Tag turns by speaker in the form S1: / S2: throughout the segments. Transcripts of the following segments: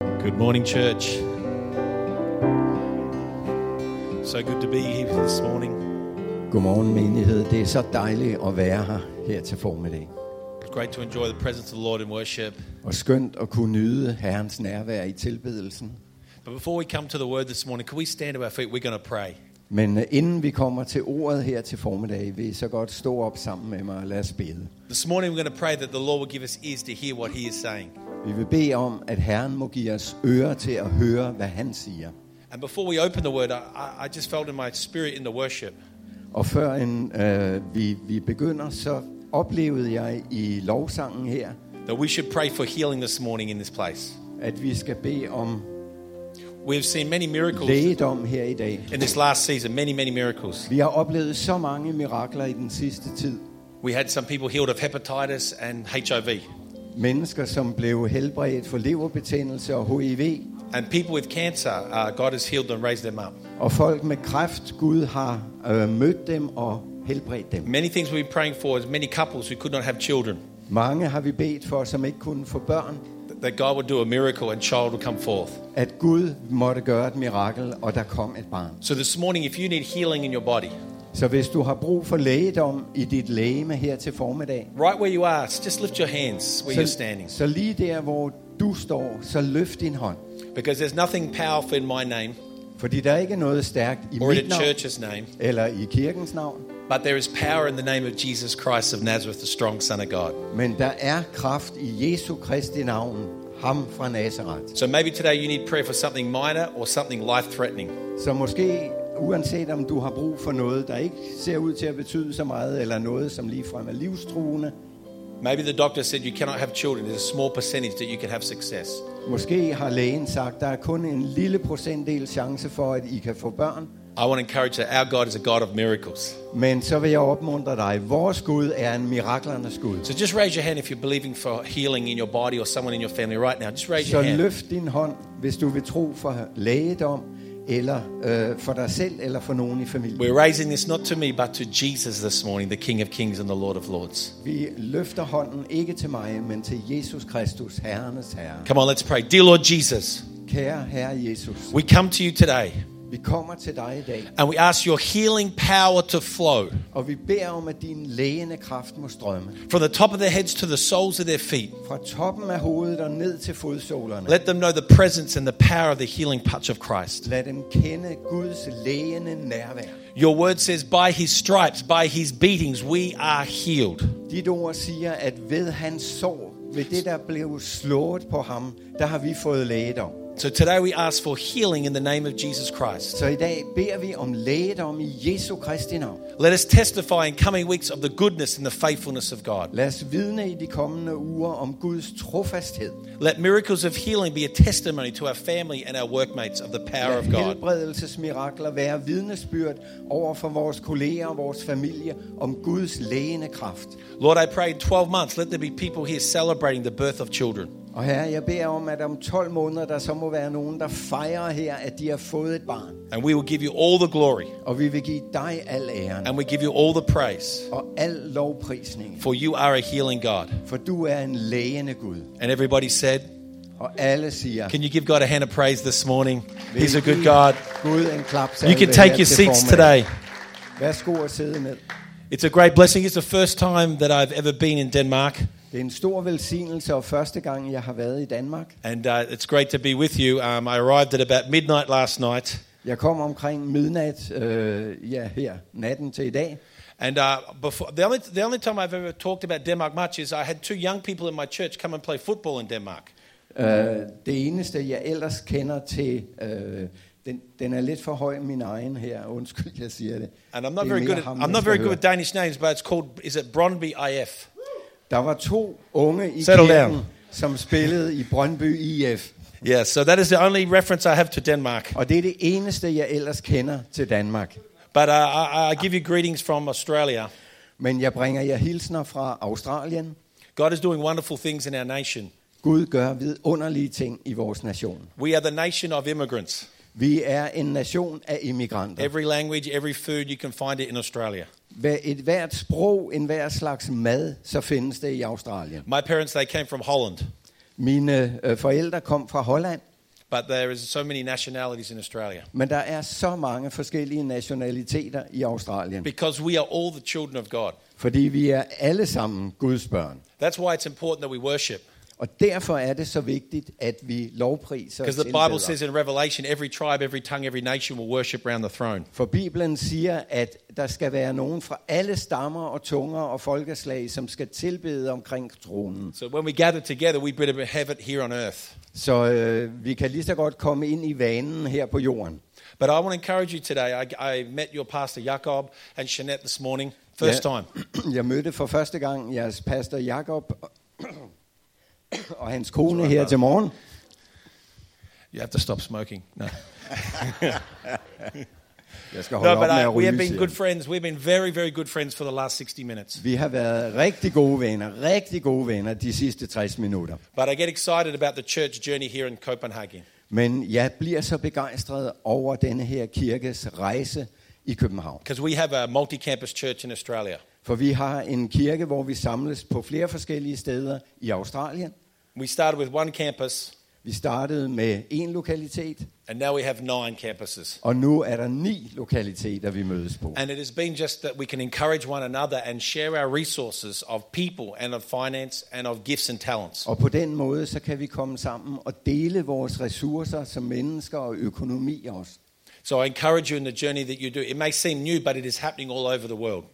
S1: Good morning, church. So good to be here this morning.
S2: Godmorgen menighed. Det er så dejligt at være her her til formiddag.
S1: It's great to enjoy the presence of the Lord in worship.
S2: Og skønt at kunne nyde Herrens nærvær i tilbedelsen.
S1: But before we come to the word this morning, can we stand to our feet? We're going to pray.
S2: Men øh, inden vi kommer til ordet her til formiddag, vil I så godt stå op sammen med mig og lad os bede.
S1: This morning, we're going to pray that the Lord will give us ears to hear what He is saying.
S2: Vi vil bede om, at Herren må give os ører til at høre, hvad han siger.
S1: And before we open the word, I- I, I just felt in my spirit in the worship
S2: Og før en, øh, vi, vi begynder, så oplevede jeg i lovsangen her,
S1: that we should pray for healing this morning in this place.
S2: at vi skal bede om
S1: We've seen many miracles
S2: lægedom her i dag.
S1: in this last season, many, many miracles.
S2: Vi har oplevet så mange mirakler i den sidste tid.
S1: We had some people healed of hepatitis and HIV,
S2: Mennesker, som blev helbredt for leverbetændelse og HIV,
S1: and people with cancer, uh, God has healed them, raised them up.
S2: og folk med kræft, Gud har øh, mødt dem og helbredt dem.
S1: Many things we've been praying for is many couples who could not have children,
S2: Mange har vi bedt for, som ikke kunne få børn,
S1: that God would do a miracle and child would come forth.
S2: at Gud måtte gøre et mirakel, og der kom et barn.
S1: So this morning, if you need healing in your body,
S2: Så hvis du har brug for lægedom i dit lægeme her til formiddag,
S1: right where you are, just lift your hands where you're
S2: så,
S1: standing.
S2: så lige der, hvor du står, så løft din hånd.
S1: Because there's nothing powerful in my name
S2: Fordi der er ikke noget stærkt i
S1: or in a
S2: mit navn,
S1: church's name,
S2: eller i kirkens navn,
S1: but there is power in the name of Jesus Christ of Nazareth, the strong Son of God.
S2: men der er kraft i Jesu Kristi navn, ham fra Nazareth.
S1: So maybe today you need prayer for something minor or something life threatening.
S2: Så måske, uanset om du har brug for noget, der ikke ser ud til at betyde så meget, eller noget, som ligefrem er livstruende,
S1: Maybe the doctor said you cannot have children. There's a small percentage that you can have success.
S2: måske har lægen sagt, der er kun en lille procentdel chance for, at I kan få børn,
S1: I want to encourage that our God is a God of miracles.
S2: men så vil jeg opmuntre dig, vores Gud er en miraklernes Gud.
S1: So just raise your hand if you're believing for healing in your body or someone in your family right now. Just raise
S2: Så
S1: your hand.
S2: løft din hånd, hvis du vil tro for lægedom, eller øh, for dig selv, eller for nogen i familien.
S1: We're raising this not to me, but to Jesus this morning, the King of Kings and the Lord of Lords.
S2: Vi løfter hånden ikke til mig, men til Jesus Kristus, Herrenes Herre.
S1: Come on, let's pray. Dear Lord Jesus,
S2: Kære Herre Jesus,
S1: we come to you today
S2: vi kommer til dig i dag.
S1: and we ask your healing power to flow
S2: Og vi beder om, at din lægende kraft må strømme
S1: from the top of their heads to the soles of their feet.
S2: fra toppen af hovedet og ned til fodsålerne.
S1: Let them know the presence and the power of the healing touch of Christ.
S2: Lad dem kende Guds lægende nærvær.
S1: Your word says, by his stripes, by his beatings, we are healed.
S2: Dit ord siger, at ved hans sorg, ved det, der blev slået på ham, der har vi fået lægedom.
S1: So today we ask for healing in the name of Jesus Christ.
S2: Så i dag beder vi om lægedom i Jesu Kristi navn.
S1: Let us testify in coming weeks of the goodness and the faithfulness of God.
S2: Lad os vidne i de kommende uger om Guds trofasthed.
S1: Let miracles of healing be a testimony to our family and our workmates of the power
S2: Lad
S1: of God.
S2: helbredelsesmirakler være vidnesbyrd over for vores kolleger og vores familie om Guds lægende kraft.
S1: Lord, I pray in 12 months, let there be people here celebrating the birth of children.
S2: Og herre, jeg beder om, at om 12 måneder, der så må være nogen, der fejrer her, at de har fået et barn.
S1: And we will give you all the glory
S2: Og vi vil give dig al æren
S1: and we give you all the praise.
S2: og al lovprisning.
S1: For you are a healing God.
S2: For du er en lægende Gud.
S1: And everybody said,
S2: Og alle siger,
S1: Can you give God a hand of praise this morning? He's a good God.
S2: Gud en klap
S1: You can take your seats today.
S2: Værsgo at sidde ned.
S1: It's a great blessing. It's the first time that I've ever been in Denmark.
S2: Det er en stor velsignelse, og første gang, jeg har været i Danmark.
S1: And uh, it's great to be with you. Um, I arrived at about midnight last night.
S2: Jeg kom omkring midnat, øh, ja her, natten til i dag.
S1: And uh, before, the, only, the only time I've ever talked about Denmark much is I had two young people in my church come and play football in Denmark.
S2: Øh, det eneste, jeg ellers kender til, øh, den, den er lidt for høj min egen her. Undskyld, jeg siger det.
S1: And I'm not
S2: Det er
S1: very
S2: mere
S1: good at,
S2: ham,
S1: I'm
S2: der
S1: not
S2: skal
S1: very good
S2: høre.
S1: with Danish names, but it's called, is it Brøndby IF?
S2: Der var to unge i
S1: Settle
S2: Settle
S1: down.
S2: kirken, down. som spillede i Brøndby IF.
S1: Yeah, so that is the only reference I have to Denmark.
S2: Og det er det eneste, jeg ellers kender til Danmark.
S1: But uh, I, I give you greetings from Australia.
S2: Men jeg bringer jer hilsner fra Australien.
S1: God is doing wonderful things in our nation.
S2: Gud gør vidunderlige ting i vores nation.
S1: We are the nation of immigrants.
S2: Vi er en nation af immigranter.
S1: Every language, every food, you can find it in Australia.
S2: Hver, et hvert sprog, en hver slags mad, så findes det i Australien.
S1: My parents, they came from Holland.
S2: Mine øh, forældre kom fra Holland,
S1: but there is so many nationalities in Australia
S2: Men der er så mange forskellige nationaliteter i Australien,
S1: because we are all the children of God.
S2: fordi vi er alle sammen Guds børn.
S1: That's why it's important that we worship.
S2: Og derfor er det så vigtigt, at vi lovpriser og
S1: Because the Bible
S2: tilbeder.
S1: says in Revelation, every tribe, every tongue, every nation will worship round the throne.
S2: For Bibelen siger, at der skal være nogen fra alle stammer og tunger og folkeslag, som skal tilbede omkring tronen.
S1: So when we gather together, we better have it here on earth.
S2: Så øh, vi kan lige så godt komme ind i vanen her på jorden.
S1: But I want to encourage you today. I, I met your pastor Jakob and Shanette this morning, first time.
S2: Jeg mødte for første gang jeres pastor Jakob og hans kone her til morgen.
S1: You have to stop smoking. No,
S2: Jeg skal holde
S1: no
S2: op
S1: but
S2: med
S1: I,
S2: at
S1: we
S2: ryge.
S1: have been
S2: siger
S1: good
S2: han.
S1: friends. We've been very, very good friends for the last 60 minutes.
S2: Vi har været rigtig gode venner, rigtig gode venner de sidste 60 minutter.
S1: But I get excited about the church journey here in Copenhagen.
S2: Men jeg bliver så begejstret over denne her kirkes rejse i København.
S1: Because we have a multi campus church in Australia.
S2: For vi har en kirke, hvor vi samles på flere forskellige steder i Australien.
S1: We started with one campus,
S2: Vi startede med en lokalitet,
S1: and now we have nine campuses.
S2: og nu er der ni lokaliteter, vi mødes på.
S1: And it has been just that we can encourage one another and share our resources of people and of finance and of gifts and talents.
S2: Og på den måde, så kan vi komme sammen og dele vores ressourcer som mennesker og økonomi også.
S1: So I encourage you in the journey that you do. It may seem new, but it is happening all over the world.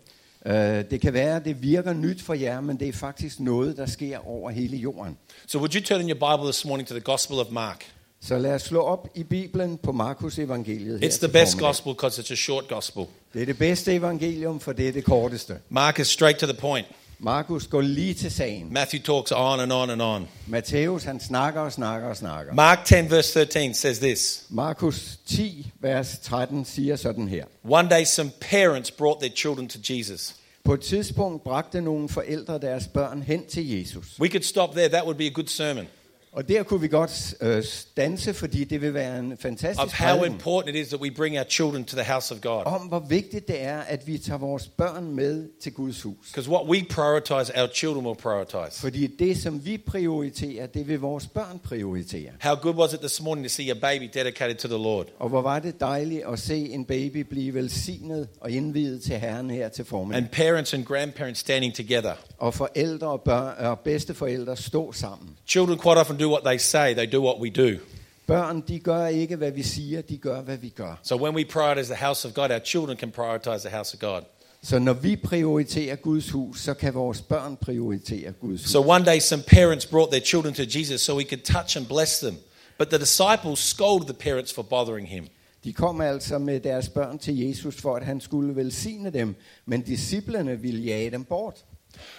S2: Øh, Det kan være, at det virker nyt for jer, men det er faktisk noget, der sker over hele jorden.
S1: So would you turn in your Bible this morning to the Gospel of Mark?
S2: Så lad os slå op i Bibelen på Markus evangeliet. her
S1: It's the
S2: til
S1: best
S2: formiddag.
S1: gospel because it's a short gospel.
S2: Det er det bedste evangelium, for det er det korteste.
S1: Mark is straight to the point.
S2: Markus går lige til sagen.
S1: Matthew talks on and on and on.
S2: Matthæus, han snakker og snakker og snakker.
S1: Mark 10, verse 13 says this
S2: Markus 10, vers 13 siger sådan her.
S1: One day, some parents brought their children to Jesus.
S2: På et tidspunkt bragte nogle forældre deres børn hen til Jesus.
S1: We could stop there. That would be a good sermon
S2: Og der kunne vi godt øh, stanse, fordi det vil være en
S1: of
S2: fantastisk
S1: how
S2: prædiken
S1: important it is that we bring our children to the house of God.
S2: om, hvor vigtigt det er, at vi tager vores børn med til Guds hus.
S1: Because what we prioritize, our children will prioritize.
S2: Fordi det, som vi prioriterer, det vil vores børn prioritere.
S1: How good was it this morning to see a baby dedicated to the Lord?
S2: Og hvor var det dejligt at se en baby blive velsignet og indviet til Herren her til formiddag.
S1: And parents and grandparents standing together.
S2: Og forældre og, børn, og bedsteforældre stå sammen.
S1: Children quite often do what they say, they do what we do.
S2: Børn, de gør ikke, hvad vi siger, de gør, hvad vi gør.
S1: So when we prioritize the house of God, our children can prioritize the house of God.
S2: Så når vi prioriterer Guds hus, så kan vores børn prioritere Guds hus.
S1: So one day, some parents brought their children to Jesus so he could touch and bless them. But the disciples scolded the parents for bothering him.
S2: De kom altså med deres børn til Jesus, for at han skulle velsigne dem, men disciplerne ville jage dem bort.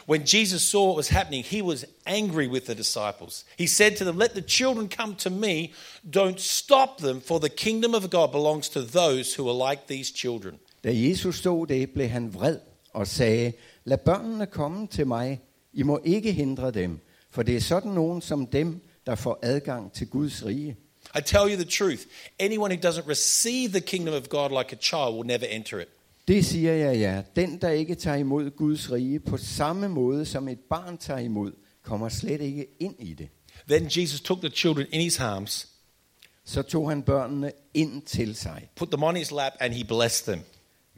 S1: When Jesus saw what was happening, he was angry with the disciples. He said to them, Let the children come to me. Don't stop them, for the kingdom of God belongs to those who are like these children.
S2: Da Jesus så det, blev han vred og sagde, lad børnene komme til mig, I må ikke hindre dem, for det er sådan nogen som dem, der får adgang til Guds rige.
S1: I tell you the truth anyone who doesn't receive the kingdom of God like a child will never enter it.
S2: Det siger jeg jer, den der ikke tager imod Guds rige på samme måde som et barn tager imod, kommer slet ikke ind i det.
S1: Then Jesus took the children in his arms,
S2: Så tog han børnene ind til sig,
S1: put them on his lap, and he blessed them.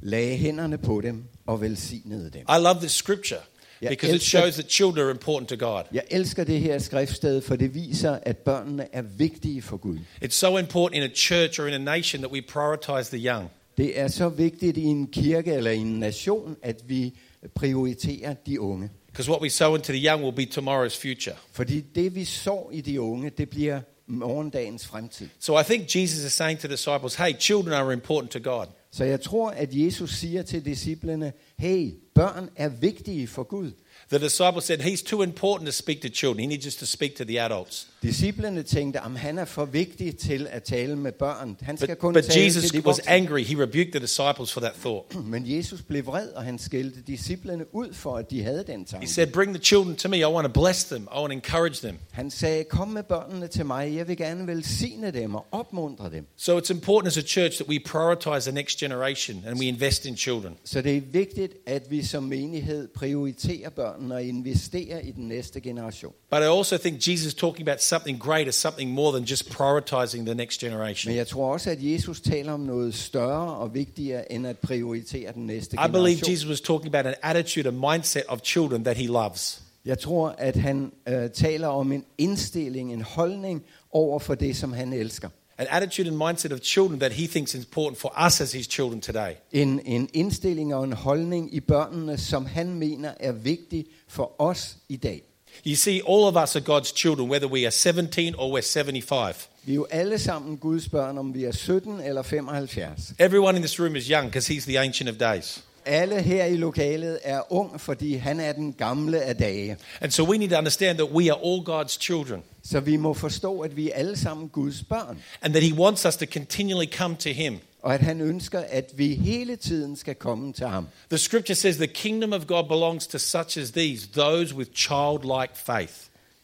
S2: lagde hænderne på dem og velsignede dem.
S1: I love this scripture
S2: Yeah,
S1: because it
S2: it's-
S1: shows that children are important to God.
S2: Jeg elsker det her skriftsted, for det viser, at børnene er vigtige for Gud.
S1: It's so important in a church or in a nation that we prioritize the young.
S2: Det er så vigtigt i en kirke eller i en nation, at vi prioriterer de unge.
S1: Because what we sow into the young will be tomorrow's future.
S2: Fordi det, vi så i de unge, det bliver morgendagens fremtid.
S1: So I think Jesus is saying to the disciples, hey, children are important to God.
S2: Så jeg tror, at Jesus siger til disciplene, hey, børn er vigtige for Gud.
S1: The disciples said, he's too important to speak to children. He needs us to speak to the adults.
S2: Disciplene tænkte, at han er for vigtig til at tale med børn. Han skal
S1: But,
S2: kun
S1: but
S2: tale
S1: Jesus
S2: til de
S1: was
S2: voksne.
S1: angry. He rebuked the disciples for that thought.
S2: Men Jesus blev vred, og han skældte disciplene ud for, at de havde den
S1: He
S2: tanke.
S1: said, bring the children to me. I want to bless them. I want to encourage them.
S2: Han sagde, kom med børnene til mig, jeg vil gerne velsigne dem og opmuntre dem.
S1: So it's important as a church that we prioritize the next generation and we invest in children.
S2: Så det er vigtigt, at vi som menighed prioriterer børnene og investere i den næste generation.
S1: But I also think Jesus is talking about something greater, something more than just prioritizing the next generation.
S2: Men jeg tror også, at Jesus taler om noget større og vigtigere, end at prioritere den næste
S1: I believe
S2: generation.
S1: Jesus was talking about an attitude, a mindset of children that he loves.
S2: Jeg tror, at han øh, taler om en indstilling, en holdning over for det, som han elsker.
S1: An attitude and mindset of children that he thinks is important for us as his children today.
S2: En, en indstilling og en holdning i børnene, som han mener er vigtig for os i dag.
S1: You see, all of us are God's children, whether we are 17 or we're 75.
S2: Vi er jo alle sammen Guds børn, om vi er 17 eller 75.
S1: Everyone in this room is young because he's the Ancient of Days.
S2: Alle her i lokalet er ung, fordi han er den gamle af dage.
S1: And so we need to understand that we are all God's children
S2: Så vi må forstå, at vi er alle sammen Guds børn,
S1: and that he wants us to continually come to him.
S2: og at han ønsker, at vi hele tiden skal komme til ham.
S1: The scripture says the kingdom of God belongs to such as these, those with childlike faith.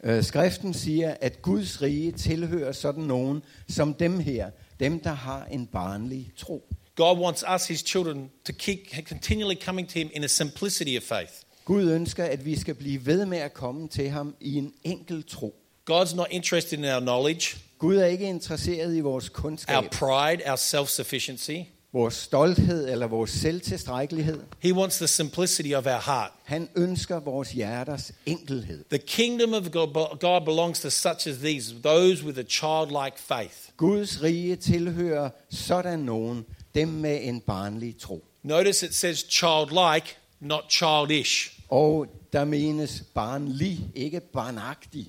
S2: Øh, Skriften siger, at Guds rige tilhører sådan nogen som dem her, dem der har en barnlig tro.
S1: God wants us, his children, to keep continually coming to him in a simplicity of faith.
S2: Gud ønsker, at vi skal blive ved med at komme til ham i en enkel tro.
S1: God's not interested in our knowledge,
S2: Gud er ikke interesseret i vores kundskab,
S1: our pride, our self sufficiency.
S2: vores stolthed eller vores selvtilstrækkelighed.
S1: He wants the simplicity of our heart.
S2: Han ønsker vores hjerters enkelhed.
S1: The kingdom of God God belongs to such as these, those with a childlike faith.
S2: Guds rige tilhører sådan nogen, dem med en barnlig tro.
S1: Notice it says childlike, not childish.
S2: Og der menes barnlig, ikke barnagtig.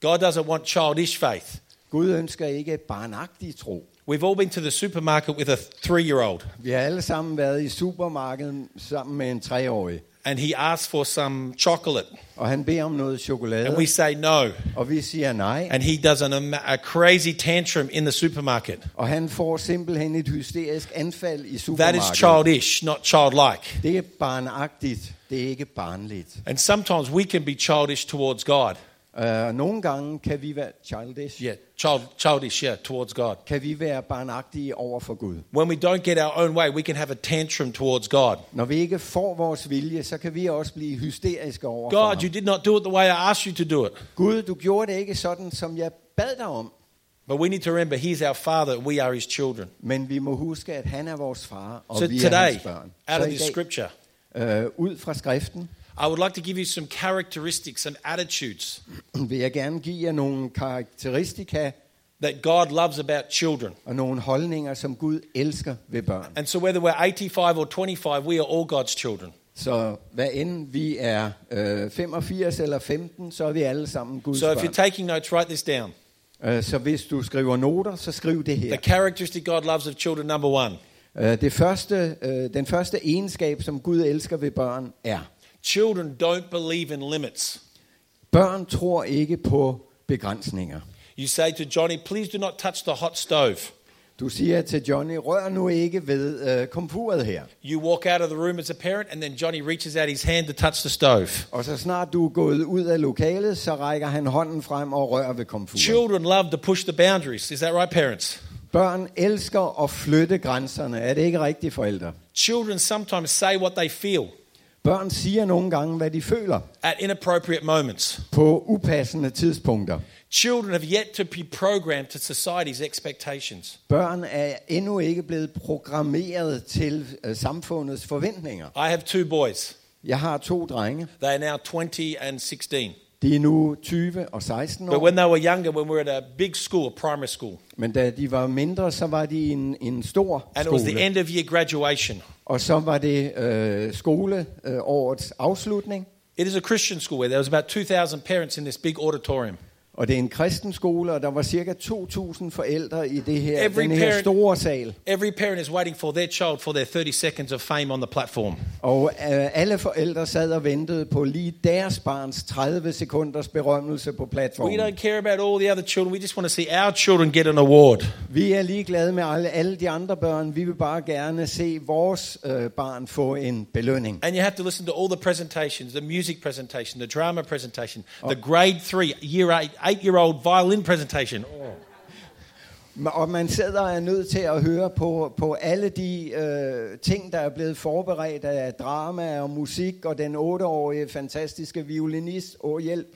S1: God doesn't want childish faith.
S2: Gud ønsker ikke barnagtig tro.
S1: We've all been to the supermarket with a three year old,
S2: Vi har alle sammen været i supermarkedet sammen med en treårig,
S1: and he asks for some chocolate,
S2: og han beder om noget chokolade,
S1: and we say no.
S2: og vi siger nej,
S1: And he does an, ama- a crazy tantrum in the supermarket.
S2: og han får simpelthen et hysterisk anfald i
S1: That is
S2: supermarkedet.
S1: childish, not childlike.
S2: Det er barnagtigt, det er ikke barnligt.
S1: And sometimes we can be childish towards God.
S2: Uh, nogle gange kan vi være childish,
S1: Yeah, child, childish, yeah, towards God.
S2: kan vi være barnagtige over for Gud.
S1: When we don't get our own way, we can have a tantrum towards God.
S2: Når vi ikke får vores vilje, så kan vi også blive hysteriske over for
S1: God,
S2: ham.
S1: you did not do it the way I asked you to do it.
S2: Gud, du gjorde det ikke sådan, som jeg bad dig om.
S1: But we need to remember He's our Father, we are His children.
S2: Men vi må huske, at han er vores far, og
S1: So
S2: vi er
S1: today,
S2: hans børn.
S1: out
S2: Så
S1: of
S2: i
S1: this
S2: dag,
S1: scripture,
S2: øh, ud fra skriften
S1: I would like to give you some characteristics, some attitudes
S2: vil jeg gerne give jer nogle karakteristika
S1: that God loves about children.
S2: og nogle holdninger, som Gud elsker ved børn.
S1: And so, whether we're 85 or 25, we are all God's children.
S2: Så hvad end vi er øh, 85 eller 15, så er vi alle sammen Guds
S1: So, if you're
S2: børn.
S1: taking notes, write this down.
S2: Øh, så hvis du skriver noter, så skriv det her.
S1: The characteristic God loves of children, number one
S2: Øh, det første, øh, den første egenskab, som Gud elsker ved børn, er,
S1: children don't believe in limits.
S2: børn tror ikke på begrænsninger.
S1: You say to Johnny, please do not touch the hot stove.
S2: Du siger til Johnny, rør nu ikke ved øh, komfuret her.
S1: You walk out of the room as a parent, and then Johnny reaches out his hand to touch the stove.
S2: Og så snart du er gået ud af lokalet, så rækker han hånden frem og rører ved komfuret.
S1: Children love to push the boundaries. Is that right, parents?
S2: Børn elsker at flytte grænserne. Er det ikke rigtigt, forældre?
S1: Children sometimes say what they feel
S2: Børn siger nogle gange, hvad de føler
S1: at inappropriate moments.
S2: på upassende tidspunkter.
S1: Children have yet to be programmed to society's expectations.
S2: Børn er endnu ikke blevet programmeret til øh, samfundets forventninger.
S1: I have two boys.
S2: Jeg har to drenge.
S1: They are now 20 and 16.
S2: De er nu 20 og 16
S1: But
S2: år.
S1: when they were younger, when we were at a big school, a primary school,
S2: Men da de var mindre, så var de i en, en stor
S1: and it was the
S2: skole.
S1: end of year graduation,
S2: Og så var det øh, skoleårets øh, afslutning.
S1: it is a Christian school where there was about 2,000 parents in this big auditorium.
S2: Og det er en kristen skole, og der var cirka 2.000 forældre i det her,
S1: Every
S2: den her
S1: parent-
S2: store sal.
S1: Every parent is waiting for their child for their 30 seconds of fame on the platform.
S2: Og øh, alle forældre sad og ventede på lige deres barns 30 sekunders berømmelse på
S1: We
S2: platformen.
S1: don't care about all the other children. We just want to see our children get an award.
S2: Vi er ligeglade med alle, alle de andre børn. Vi vil bare gerne se vores øh, barn få en belønning.
S1: And you have to listen to all the presentations the music presentation, the drama Oh. presentation, the grade three, year eight, eight year old violin presentation.
S2: Og man sidder og er nødt til at høre på, på alle de øh, ting, der er blevet forberedt af drama og musik og den otteårige fantastiske violinist og hjælp.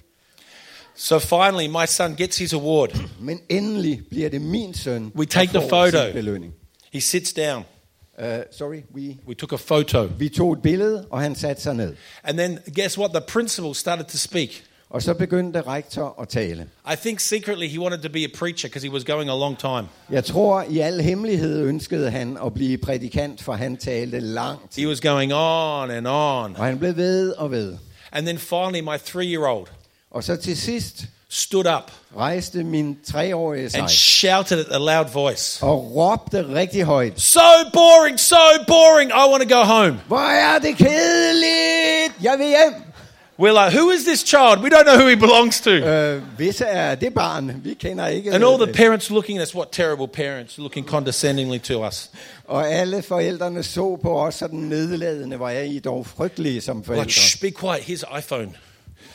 S1: So finally, my son gets his award.
S2: Men endelig bliver det min søn,
S1: We take
S2: der
S1: the
S2: får
S1: photo.
S2: sin belønning.
S1: He sits down.
S2: Uh, sorry, we...
S1: We took a photo.
S2: Vi tog et billede, og han satte sig ned.
S1: And then, guess what? The principal started to speak.
S2: Og så begyndte rektor at tale.
S1: I think secretly he wanted to be a preacher because he was going a long time.
S2: Jeg tror, i al hemmelighed ønskede han at blive prædikant, for han talte langt.
S1: He was going on and on.
S2: Og han blev ved og ved.
S1: And then finally, my three year old
S2: Og så til sidst
S1: stood up
S2: rejste min treårige sig
S1: and shouted at a loud voice
S2: og råbte rigtig højt.
S1: So boring, so boring. I want to go home.
S2: Hvor er det kedeligt! Jeg vil hjem!
S1: We're like, Who is this child? We don't know who he belongs to.
S2: Øh, hvis er det barn, vi kender ikke
S1: And all the
S2: det.
S1: parents looking at us, what terrible parents, looking condescendingly to us.
S2: Og alle forældrene så på os sådan nedladende, hvor er I dog frygtelige som
S1: Like,
S2: forældre.
S1: shh, be quiet. Here's iPhone.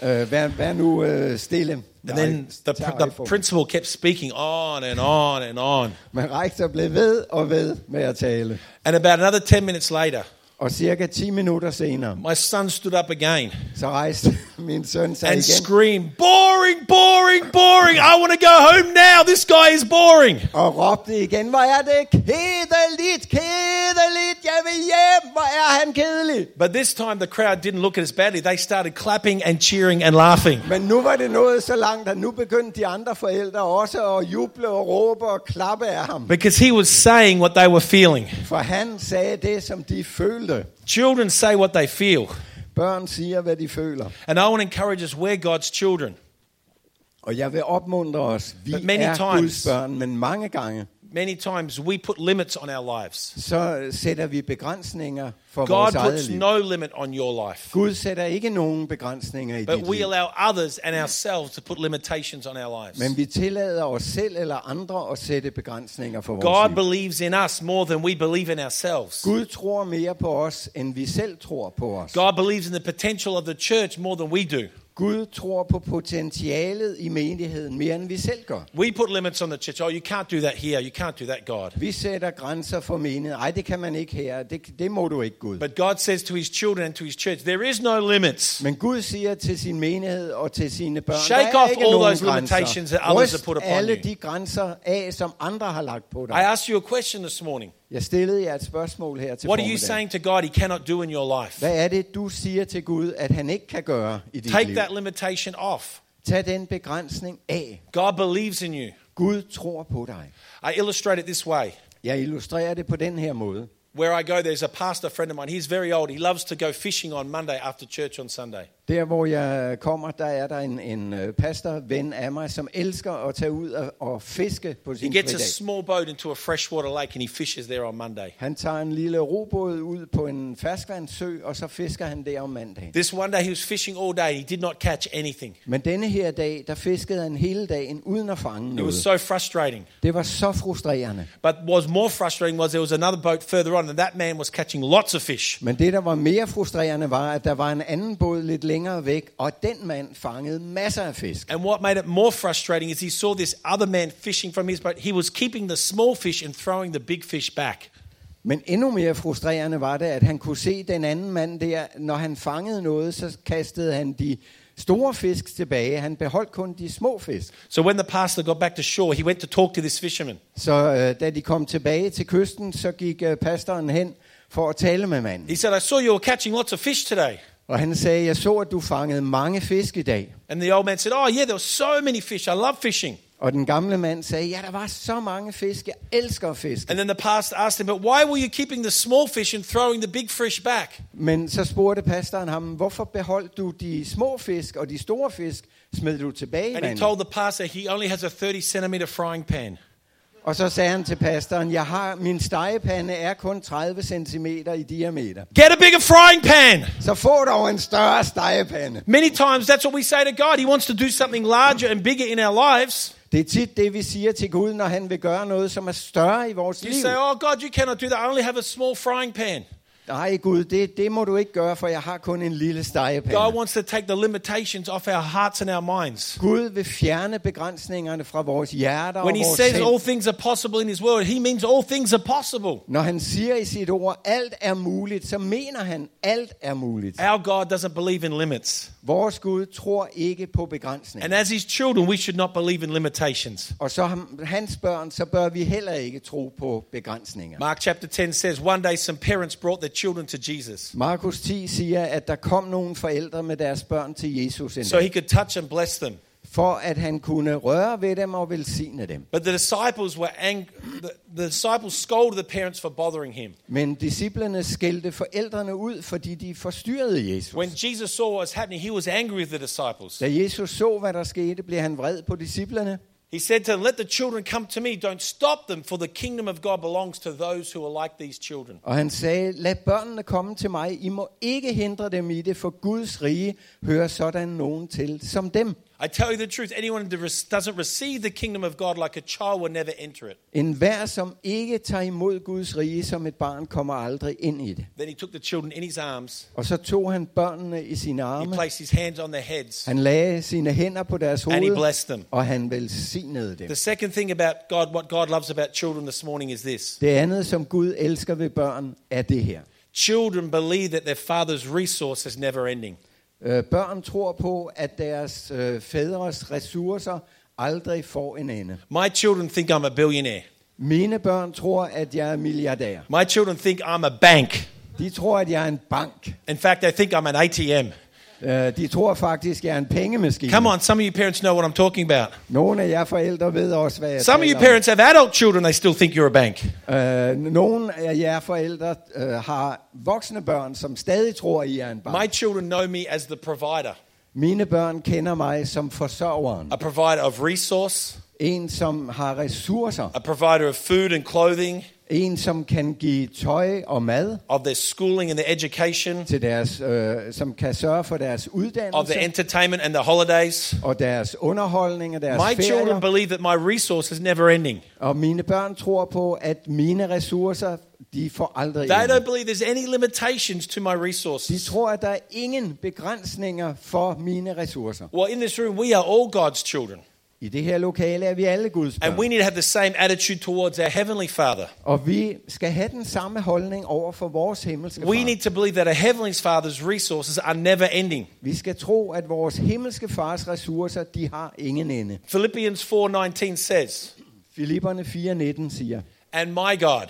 S2: Øh, vær, vær nu øh, stille.
S1: And then the,
S2: tag
S1: the
S2: iPhone.
S1: principal kept speaking on and on and on.
S2: Men rektor blev ved og ved med at tale.
S1: And about another 10 minutes later,
S2: Og cirka 10 minutter senere,
S1: my son stood up again
S2: så rejste min søn sig
S1: and
S2: igen
S1: screamed, Boring, boring, boring. I want to go home now. This guy is boring.
S2: og råbte igen, hvor er det kedeligt, kedeligt, jeg vil hjem, hvor er han kedelig.
S1: But this time the crowd didn't look at us badly. They started clapping and cheering and laughing.
S2: Men nu var det nået så langt, at nu begyndte de andre forældre også at juble og råbe og klappe af ham.
S1: Because he was saying what they were feeling.
S2: For han sagde det, som de følte.
S1: Children say what they feel.
S2: Børn siger, hvad de føler.
S1: And I want to encourage us we're God's children.
S2: Og jeg vil opmuntre os, vi
S1: But many
S2: er
S1: times-
S2: Guds børn, men mange gange,
S1: Many times we put limits on our lives.
S2: så sætter vi begrænsninger for
S1: God
S2: vores eget
S1: puts
S2: liv.
S1: no limit on your life.
S2: Gud sætter ikke nogen begrænsninger i
S1: But
S2: dit
S1: we
S2: liv.
S1: allow others and ourselves to put limitations on our lives.
S2: Men vi tillader os selv eller andre at sætte begrænsninger for vores
S1: God
S2: liv.
S1: believes in us more than we believe in ourselves.
S2: Gud tror mere på os, end vi selv tror på os.
S1: God believes in the potential of the church more than we do.
S2: Gud tror på potentialet i menigheden mere, end vi selv gør.
S1: We put limits on the church. Oh, you can't do that here. You can't do that, God.
S2: Vi sætter grænser for menigheden. Ej, det kan man ikke her. Det, det må du ikke, Gud.
S1: But God says to his children and to his church, there is no limits.
S2: Men Gud siger til sin menighed og til sine børn,
S1: Shake
S2: der er
S1: off
S2: ikke
S1: all
S2: nogen
S1: those limitations that
S2: grænser.
S1: others
S2: Ryst
S1: have put upon
S2: alle
S1: you.
S2: de grænser af, som andre har lagt på
S1: I
S2: dig.
S1: asked you a question this morning.
S2: Jeg stillede jer et spørgsmål her til
S1: What are you
S2: formiddag.
S1: saying to God he cannot do in your life?
S2: Hvad er det, du siger til Gud, at han ikke kan gøre i dit
S1: Take
S2: liv?
S1: that limitation off.
S2: Tag den begrænsning af.
S1: God believes in you.
S2: Gud tror på dig.
S1: I illustrate it this way.
S2: Jeg illustrerer det på den her måde.
S1: Where I go, there's a pastor friend of mine. He's very old. He loves to go fishing on Monday after church on Sunday.
S2: Der, hvor jeg kommer, der er der en, en øh, pastor, ven af mig, som elsker at tage ud og, og fiske på
S1: He
S2: sin
S1: gets a
S2: fridag.
S1: small boat into a freshwater lake and he fishes there on Monday.
S2: Han tager en lille robåd ud på en ferskvandssø, og så fisker han der om mandagen.
S1: This one day he was fishing all day. He did not catch anything.
S2: Men denne her dag, der fiskede han hele dagen uden at fange
S1: It was
S2: noget.
S1: so frustrating.
S2: Det var så frustrerende.
S1: But what was more frustrating was there was another boat further on and that man was catching lots of fish.
S2: Men det, der var mere frustrerende, var, at der var en anden båd lidt længere væk, og den mand fangede masser af fisk.
S1: And what made it more frustrating is he saw this other man fishing from his boat. He was keeping the small fish and throwing the big fish back.
S2: Men endnu mere frustrerende var det, at han kunne se den anden mand der, når han fangede noget, så kastede han de store fisk tilbage. Han beholdt kun de små fisk.
S1: So when the pastor got back to shore, he went to talk to this fisherman.
S2: Så øh, da de kom tilbage til kysten, så gik øh, pastoren hen for at tale med manden.
S1: He said, I saw you were catching lots of fish today.
S2: Og han sagde, jeg så, at du fangede mange fisk i dag.
S1: And the old man said, Oh, yeah, there were so many fish. I love fishing.
S2: Og den gamle mand sagde, ja, der var så mange fisk. Jeg elsker fisk.
S1: And then the pastor asked him, But why were you keeping the small fish and throwing the big fish back?
S2: Men så spurgte pastoren ham, hvorfor beholdt du de små fisk og de store fisk, smed du tilbage i
S1: And he
S2: vandet?
S1: told the pastor he only has a 30 centimeter frying pan.
S2: Og så sagde han til pastoren, jeg har, min stegepande er kun 30 cm i diameter.
S1: Get a bigger frying pan.
S2: Så få dog en større stegepande.
S1: Many times that's what we say to God. He wants to do something larger and bigger in our lives.
S2: Det er tit det, vi siger til Gud, når han vil gøre noget, som er større i vores
S1: You
S2: liv.
S1: say, Oh, God, you cannot do that. I only have a small frying pan.
S2: Nej Gud, det, det må du ikke gøre, for jeg har kun en lille
S1: God
S2: stegepande.
S1: wants to take the limitations off our hearts and our minds.
S2: Gud vil fjerne begrænsningerne fra vores hjerter og
S1: When he
S2: vores
S1: says
S2: sind.
S1: all things are possible in his word, he means all things are possible.
S2: Når han siger i sit ord, alt er muligt, så mener han, alt er muligt.
S1: Our God doesn't believe in limits.
S2: Vores Gud tror ikke på begrænsning.
S1: And as his children, we should not believe in limitations.
S2: Og så ham- hans børn, så bør vi heller ikke tro på begrænsninger.
S1: Mark chapter 10 says, One day some parents brought their children to Jesus
S2: Markus 10 siger, at der kom nogle forældre med deres børn til Jesus en
S1: so
S2: dag,
S1: he could touch and bless them.
S2: for at han kunne røre ved dem og velsigne dem.
S1: But the disciples were angry. The, the disciples scolded the parents for bothering him.
S2: Men disciplene skældte forældrene ud, fordi de forstyrrede Jesus.
S1: When Jesus saw what was happening, he was angry with the disciples.
S2: Da Jesus så, hvad der skete, blev han vred på disciplene.
S1: He said to them, Let the children come to me. Don't stop them, for the kingdom of God belongs to those who are like these children.
S2: Og han sagde, lad børnene komme til mig. I må ikke hindre dem i det, for Guds rige hører sådan nogen til som dem.
S1: I tell you the truth anyone that re- doesn't receive the kingdom of God like a child will never enter it.
S2: En hver, som ikke tager imod Guds rige som et barn, kommer aldrig ind i det.
S1: Then he took the children in his arms,
S2: Og så tog han børnene i sine
S1: he
S2: arme.
S1: placed his hands on their heads,
S2: Han lagde sine hænder på deres
S1: and he
S2: hoved,
S1: blessed them.
S2: og han velsignede dem.
S1: The second thing about God, what God loves about children this morning is this
S2: Det andet, som Gud elsker ved børn, er det her.
S1: children believe that their father's resource is never ending.
S2: Øh, Børn tror på, at deres øh, fædres ressourcer aldrig får en ende.
S1: My children think I'm a billionaire.
S2: Mine børn tror, at jeg er milliardær.
S1: My children think I'm a bank.
S2: De tror, at jeg er en bank.
S1: In fact, they think I'm an ATM.
S2: Øh, De tror faktisk, at jeg er en pengemaskine.
S1: Come on, some of you parents know what I'm talking about.
S2: Nogle af jer forældre ved også, hvad jeg
S1: Some of you
S2: taler
S1: parents have adult children, they still think you're a bank.
S2: om. Øh, Nogle af jer forældre øh, har voksne børn, som stadig tror, at I er en bank.
S1: My children know me as the provider,
S2: Mine børn kender mig som forsørgeren.
S1: a provider of resource,
S2: En, som har ressourcer.
S1: a provider of food and clothing,
S2: En, som kan give tøj og mad
S1: of their schooling and their education,
S2: til deres, øh, som kan sørge for deres
S1: of their
S2: uddannelse
S1: entertainment and their holidays.
S2: og deres underholdning og deres
S1: My children
S2: ferier.
S1: believe that my resource is never ending.
S2: Og mine børn tror på, at mine ressourcer, de får aldrig
S1: They
S2: ende.
S1: don't believe there's any limitations to my
S2: De
S1: resources.
S2: tror, at der er ingen begrænsninger for mine ressourcer.
S1: Well, in this room, we are all God's children.
S2: I det her lokale er vi alle Guds
S1: And we
S2: børn.
S1: need to have the same attitude towards our Heavenly Father.
S2: Og vi skal have den samme holdning over for vores himmelske
S1: We
S2: far.
S1: need to believe that our Heavenly Father's resources are never ending.
S2: Vi skal tro, at vores himmelske fars ressourcer, de har ingen ende.
S1: Philippians 4:19 says,
S2: Filipperne 4.19 siger,
S1: "And my God,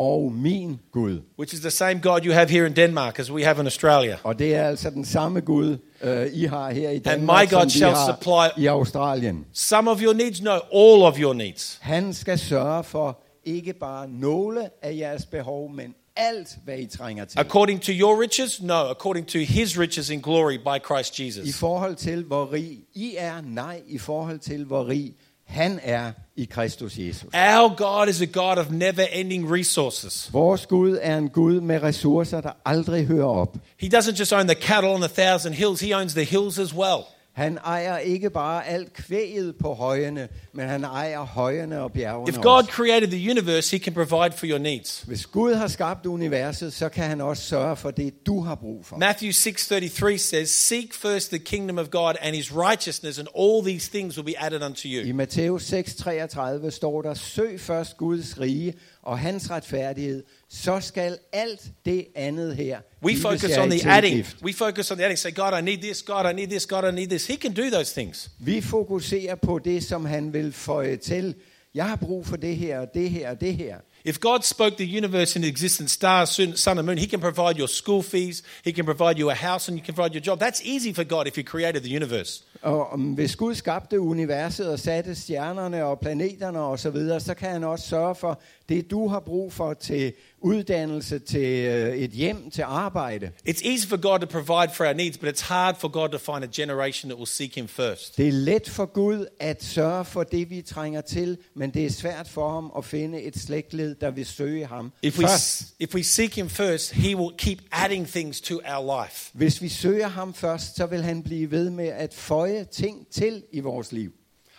S2: og min Gud.
S1: which is the same God you have here in Denmark as we have in Australia,
S2: Og det er altså den samme Gud, øh, I har her i
S1: And
S2: Danmark,
S1: my God
S2: som vi
S1: shall
S2: har
S1: supply-
S2: i Australien.
S1: some of your needs, no, all of your needs,
S2: Han skal sørge for ikke bare nogle af jeres behov, men alt, hvad I trænger til.
S1: according to your riches, no, according to His riches in glory by Christ
S2: I
S1: Jesus."
S2: forhold til, hvor rig I er, nej, i forhold til, hvor rig han er i Kristus Jesus.
S1: Our God is a God of never-ending resources.
S2: Vores Gud er en Gud med ressourcer, der aldrig hører op.
S1: He doesn't just own the cattle on the thousand hills; He owns the hills as well.
S2: Han ejer ikke bare alt kvæget på højene, men han ejer højene og bjergene
S1: If God
S2: også.
S1: created the universe, He can provide for your needs.
S2: Hvis Gud har skabt universet, så kan han også sørge for det, du har brug for.
S1: Matthew 6:33 says, "Seek first the kingdom of God and his righteousness, and all these things will be added unto
S2: I
S1: you."
S2: Matthæus 6:33 står der, søg først Guds rige og hans retfærdighed, så skal alt det andet her
S1: We
S2: gives
S1: focus
S2: jer i
S1: on the adding.
S2: tilgift."
S1: We focus on the adding. Say, "God, I need this. God, I need this. God, I need this." He can do those things.
S2: Vi fokuserer på det, som han vil føje til. Jeg har brug for det her, og det her, og det her.
S1: If God spoke the universe into existence, stars, sun, sun and moon, he can provide your school fees, he can provide you a house, and you can provide your job. That's easy for God if he created the universe.
S2: Og om- hvis Gud skabte universet og satte stjernerne og planeterne osv., så, videre, så kan han også sørge for det, du har brug for til uddannelse, til øh, et hjem, til arbejde.
S1: It's easy for God to provide for our needs, but it's hard for God to find a generation that will seek him first.
S2: Det er let for Gud at sørge for det, vi trænger til, men det er svært for ham at finde et slægtled, der vil søge ham
S1: If we,
S2: først.
S1: if we seek Him first, He will keep adding things to our life.
S2: Hvis vi søger ham først, så vil han blive ved med at føje ting til i vores liv.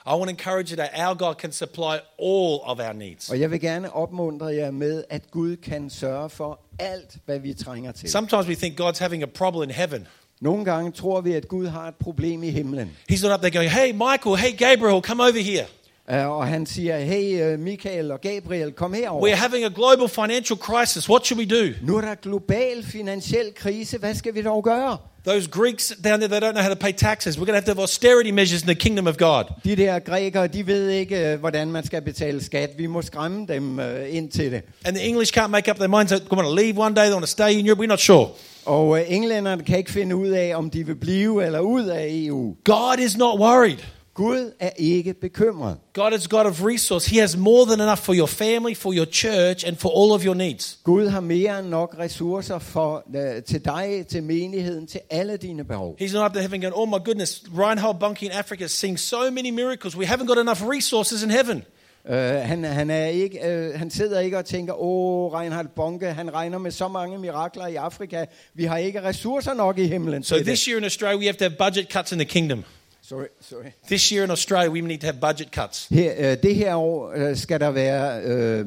S1: I want to encourage you that our God can supply all of our needs.
S2: Og jeg vil gerne opmuntre jer med, at Gud kan sørge for alt, hvad vi trænger til.
S1: Sometimes we think God's having a problem in heaven.
S2: Nogle gange tror vi, at Gud har et problem i himlen.
S1: He's not up there going, hey, Michael, hey, Gabriel, come over here.
S2: Øh, Og han siger, hey øh, Michael og Gabriel, kom herover.
S1: We're having a global financial crisis. What should we do?
S2: Nu er der global finansiel krise, hvad skal vi dog gøre?
S1: Those Greeks down there, they don't know how to pay taxes. We're going to have to have austerity measures in the kingdom of God.
S2: De der grækere, de ved ikke, øh, hvordan man skal betale skat. Vi må skræmme dem øh, ind til det.
S1: And the English can't make up their minds. They want to leave one day, they want to stay in Europe. We're not sure.
S2: Og øh, englænderne kan ikke finde ud af, om de vil blive eller ud af EU.
S1: God is not worried.
S2: Gud er ikke bekymret.
S1: God is God of resource. He has more than enough for your family, for your church, and for all of your needs.
S2: Gud har mere end nok ressourcer for, øh, til dig, til menigheden, til alle dine behov.
S1: He's not up there having going, oh my goodness, Reinhold Bunke in Africa is seeing so many miracles. We haven't got enough resources in heaven.
S2: Øh, han, han, er ikke, øh, han sidder ikke og tænker, åh, Reinhard Bonke, han regner med så mange mirakler i Afrika. Vi har ikke ressourcer nok i himlen
S1: So
S2: til det.
S1: this year in Australia, we have to have budget cuts in the kingdom.
S2: Sorry, sorry.
S1: This year in Australia, we need to have budget cuts.
S2: Her, øh, det her år øh, skal der være øh,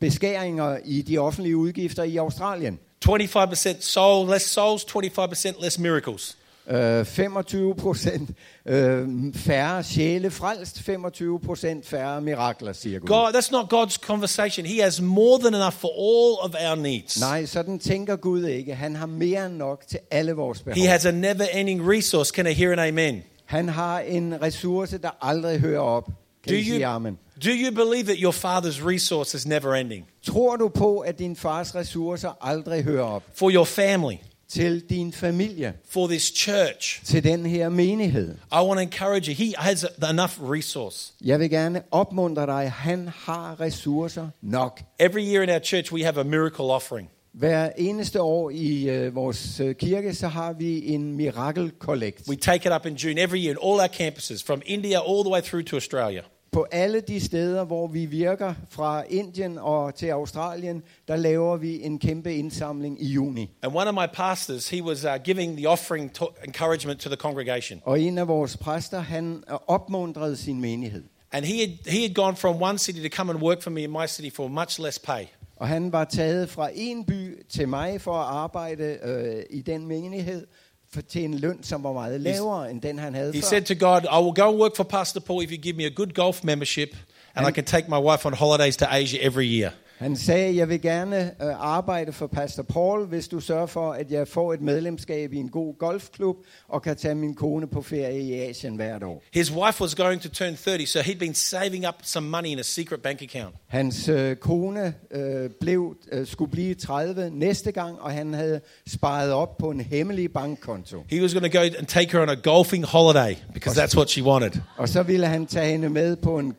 S2: beskæringer i de offentlige udgifter i Australien.
S1: 25% soul, less souls, 25% less miracles.
S2: Øh, 25 procent øh, færre sjæle frelst, 25 procent færre mirakler, siger Gud.
S1: God, that's not God's conversation. He has more than enough for all of our needs.
S2: Nej, sådan tænker Gud ikke. Han har mere end nok til alle vores behov.
S1: He has a never ending resource. Can I hear an amen?
S2: Han har en ressource, der aldrig hører op. Kan
S1: Do
S2: I sige
S1: you,
S2: amen?
S1: do you believe that your father's resource is never ending?
S2: Tror du på, at din fars ressourcer aldrig hører op?
S1: For your family,
S2: Til din familie,
S1: for this church.
S2: til den her menighed.
S1: I want to encourage you. He has enough resource.
S2: Jeg vil gerne opmuntre dig, han har ressourcer nok.
S1: Every year in our church, we have a miracle offering.
S2: Hver eneste år i øh, vores øh, kirke, så har vi en mirakelkollekt.
S1: We take it up in June every year in all our campuses, from India all the way through to Australia.
S2: På alle de steder, hvor vi virker, fra Indien og til Australien, der laver vi en kæmpe indsamling i juni.
S1: And one of my pastors, he was uh, giving the offering to- encouragement to the congregation.
S2: Og en af vores præster, han øh, opmuntrede sin menighed.
S1: And he had, he had gone from one city to come and work for me in my city for much less pay.
S2: Og han var taget fra en by til mig for at arbejde øh, i den menighed for, til en løn, som var meget lavere end den, han havde
S1: He
S2: før.
S1: said to God, I will go and work for Pastor Paul if you give me a good golf membership and I can take my wife on holidays to Asia every year.
S2: Han sagde, jeg vil gerne øh, arbejde for Pastor Paul, hvis du sørger for, at jeg får et medlemskab i en god golfklub og kan tage min kone på ferie i Asien hvert år.
S1: His wife was going to turn 30, so he'd been saving up some money in a secret bank account.
S2: Hans øh, kone øh, blev, øh, skulle blive 30 næste gang, og han havde sparet op på en hemmelig bankkonto.
S1: He was going to go and take her on a golfing holiday because that's what she wanted.
S2: Og så ville han tage hende med på en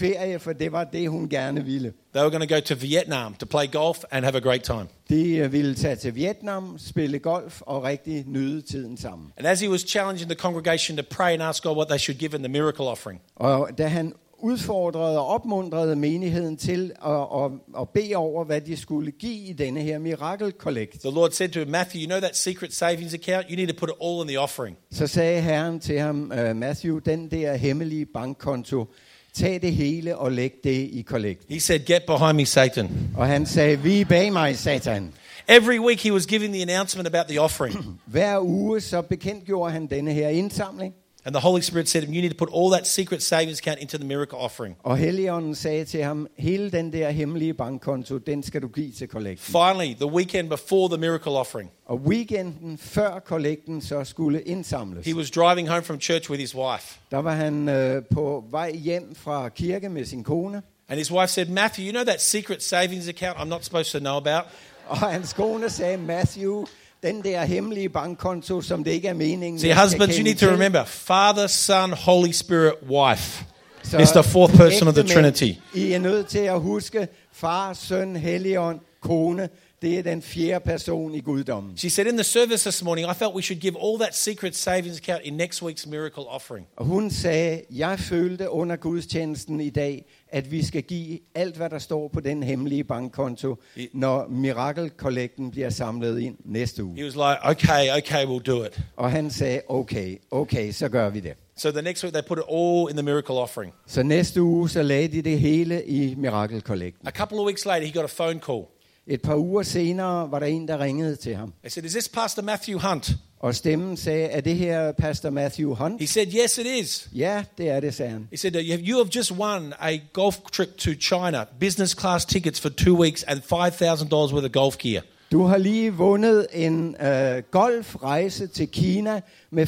S2: golfferie, for det var det, hun gerne ville.
S1: They were going to go to Vietnam to play golf and have a great time.
S2: De øh, ville tage til Vietnam, spille golf og rigtig nyde tiden sammen.
S1: And as he was challenging the congregation to pray and ask God what they should give in the miracle offering,
S2: Og da han udfordrede og opmuntrede menigheden til at, at, at bede over, hvad de skulle give i denne her mirakelkollekt,
S1: the Lord said to him, Matthew, you know that secret savings account? You need to put it all in the offering.
S2: så sagde Herren til ham, øh, Matthew, den der hemmelige bankkonto, tag det hele og læg det i kollekt.
S1: He said, Get behind me, Satan.
S2: Og han sagde, vi er bag mig, satan.
S1: Every week he was giving the announcement about the offering.
S2: Hver uge så bekendtgjorde han denne her indsamling,
S1: and the Holy Spirit said to him, You need to put all that secret savings account into the miracle offering.
S2: Og Helligånden sagde til ham, hele den der hemmelige bankkonto, den skal du give til kollekten.
S1: Finally, the weekend before the miracle offering,
S2: Og weekenden før kollekten så skulle indsamles.
S1: he was driving home from church with his wife.
S2: Der var han øh, på vej hjem fra kirke med sin kone.
S1: And his wife said, Matthew, you know that secret savings account I'm not supposed to know about?
S2: Og hans kone sagde, Matthew, den der hemmelige bankkonto, som det ikke er meningen.
S1: See,
S2: jeg skal
S1: husbands, you
S2: kende
S1: need to
S2: til."
S1: remember Father, Son, Holy Spirit, wife.
S2: Så
S1: It's the fourth person of the
S2: ægtemænd,
S1: Trinity.
S2: I er nødt til at huske far, søn, helligånd kone, det er den fjerde person i guddommen.
S1: She said, In the service this morning, I felt we should give all that secret savings account in next week's miracle offering.
S2: Og hun sagde, jeg følte under gudstjenesten i dag, at vi skal give alt, hvad der står på den hemmelige bankkonto, når mirakelkollekten bliver samlet ind næste uge.
S1: He was like, Okay, okay, we'll do it.
S2: Og han sagde, okay, okay, så gør vi det.
S1: So the next week, they put it all in the miracle offering.
S2: Så næste uge, så lagde de det hele i mirakelkollekten.
S1: A couple of weeks later, he got a phone call.
S2: Et par uger senere var der en, der ringede til ham.
S1: They said, Is this Pastor Matthew Hunt?
S2: Og stemmen sagde, er det her pastor Matthew Hunt?
S1: He said, Yes, it is.
S2: Ja, det er det, sagde han.
S1: He said, "You have- You have just won a golf trip to China, business class tickets for two weeks, and $5,000 worth of golf gear.
S2: Du har lige vundet en øh, golfrejse til Kina med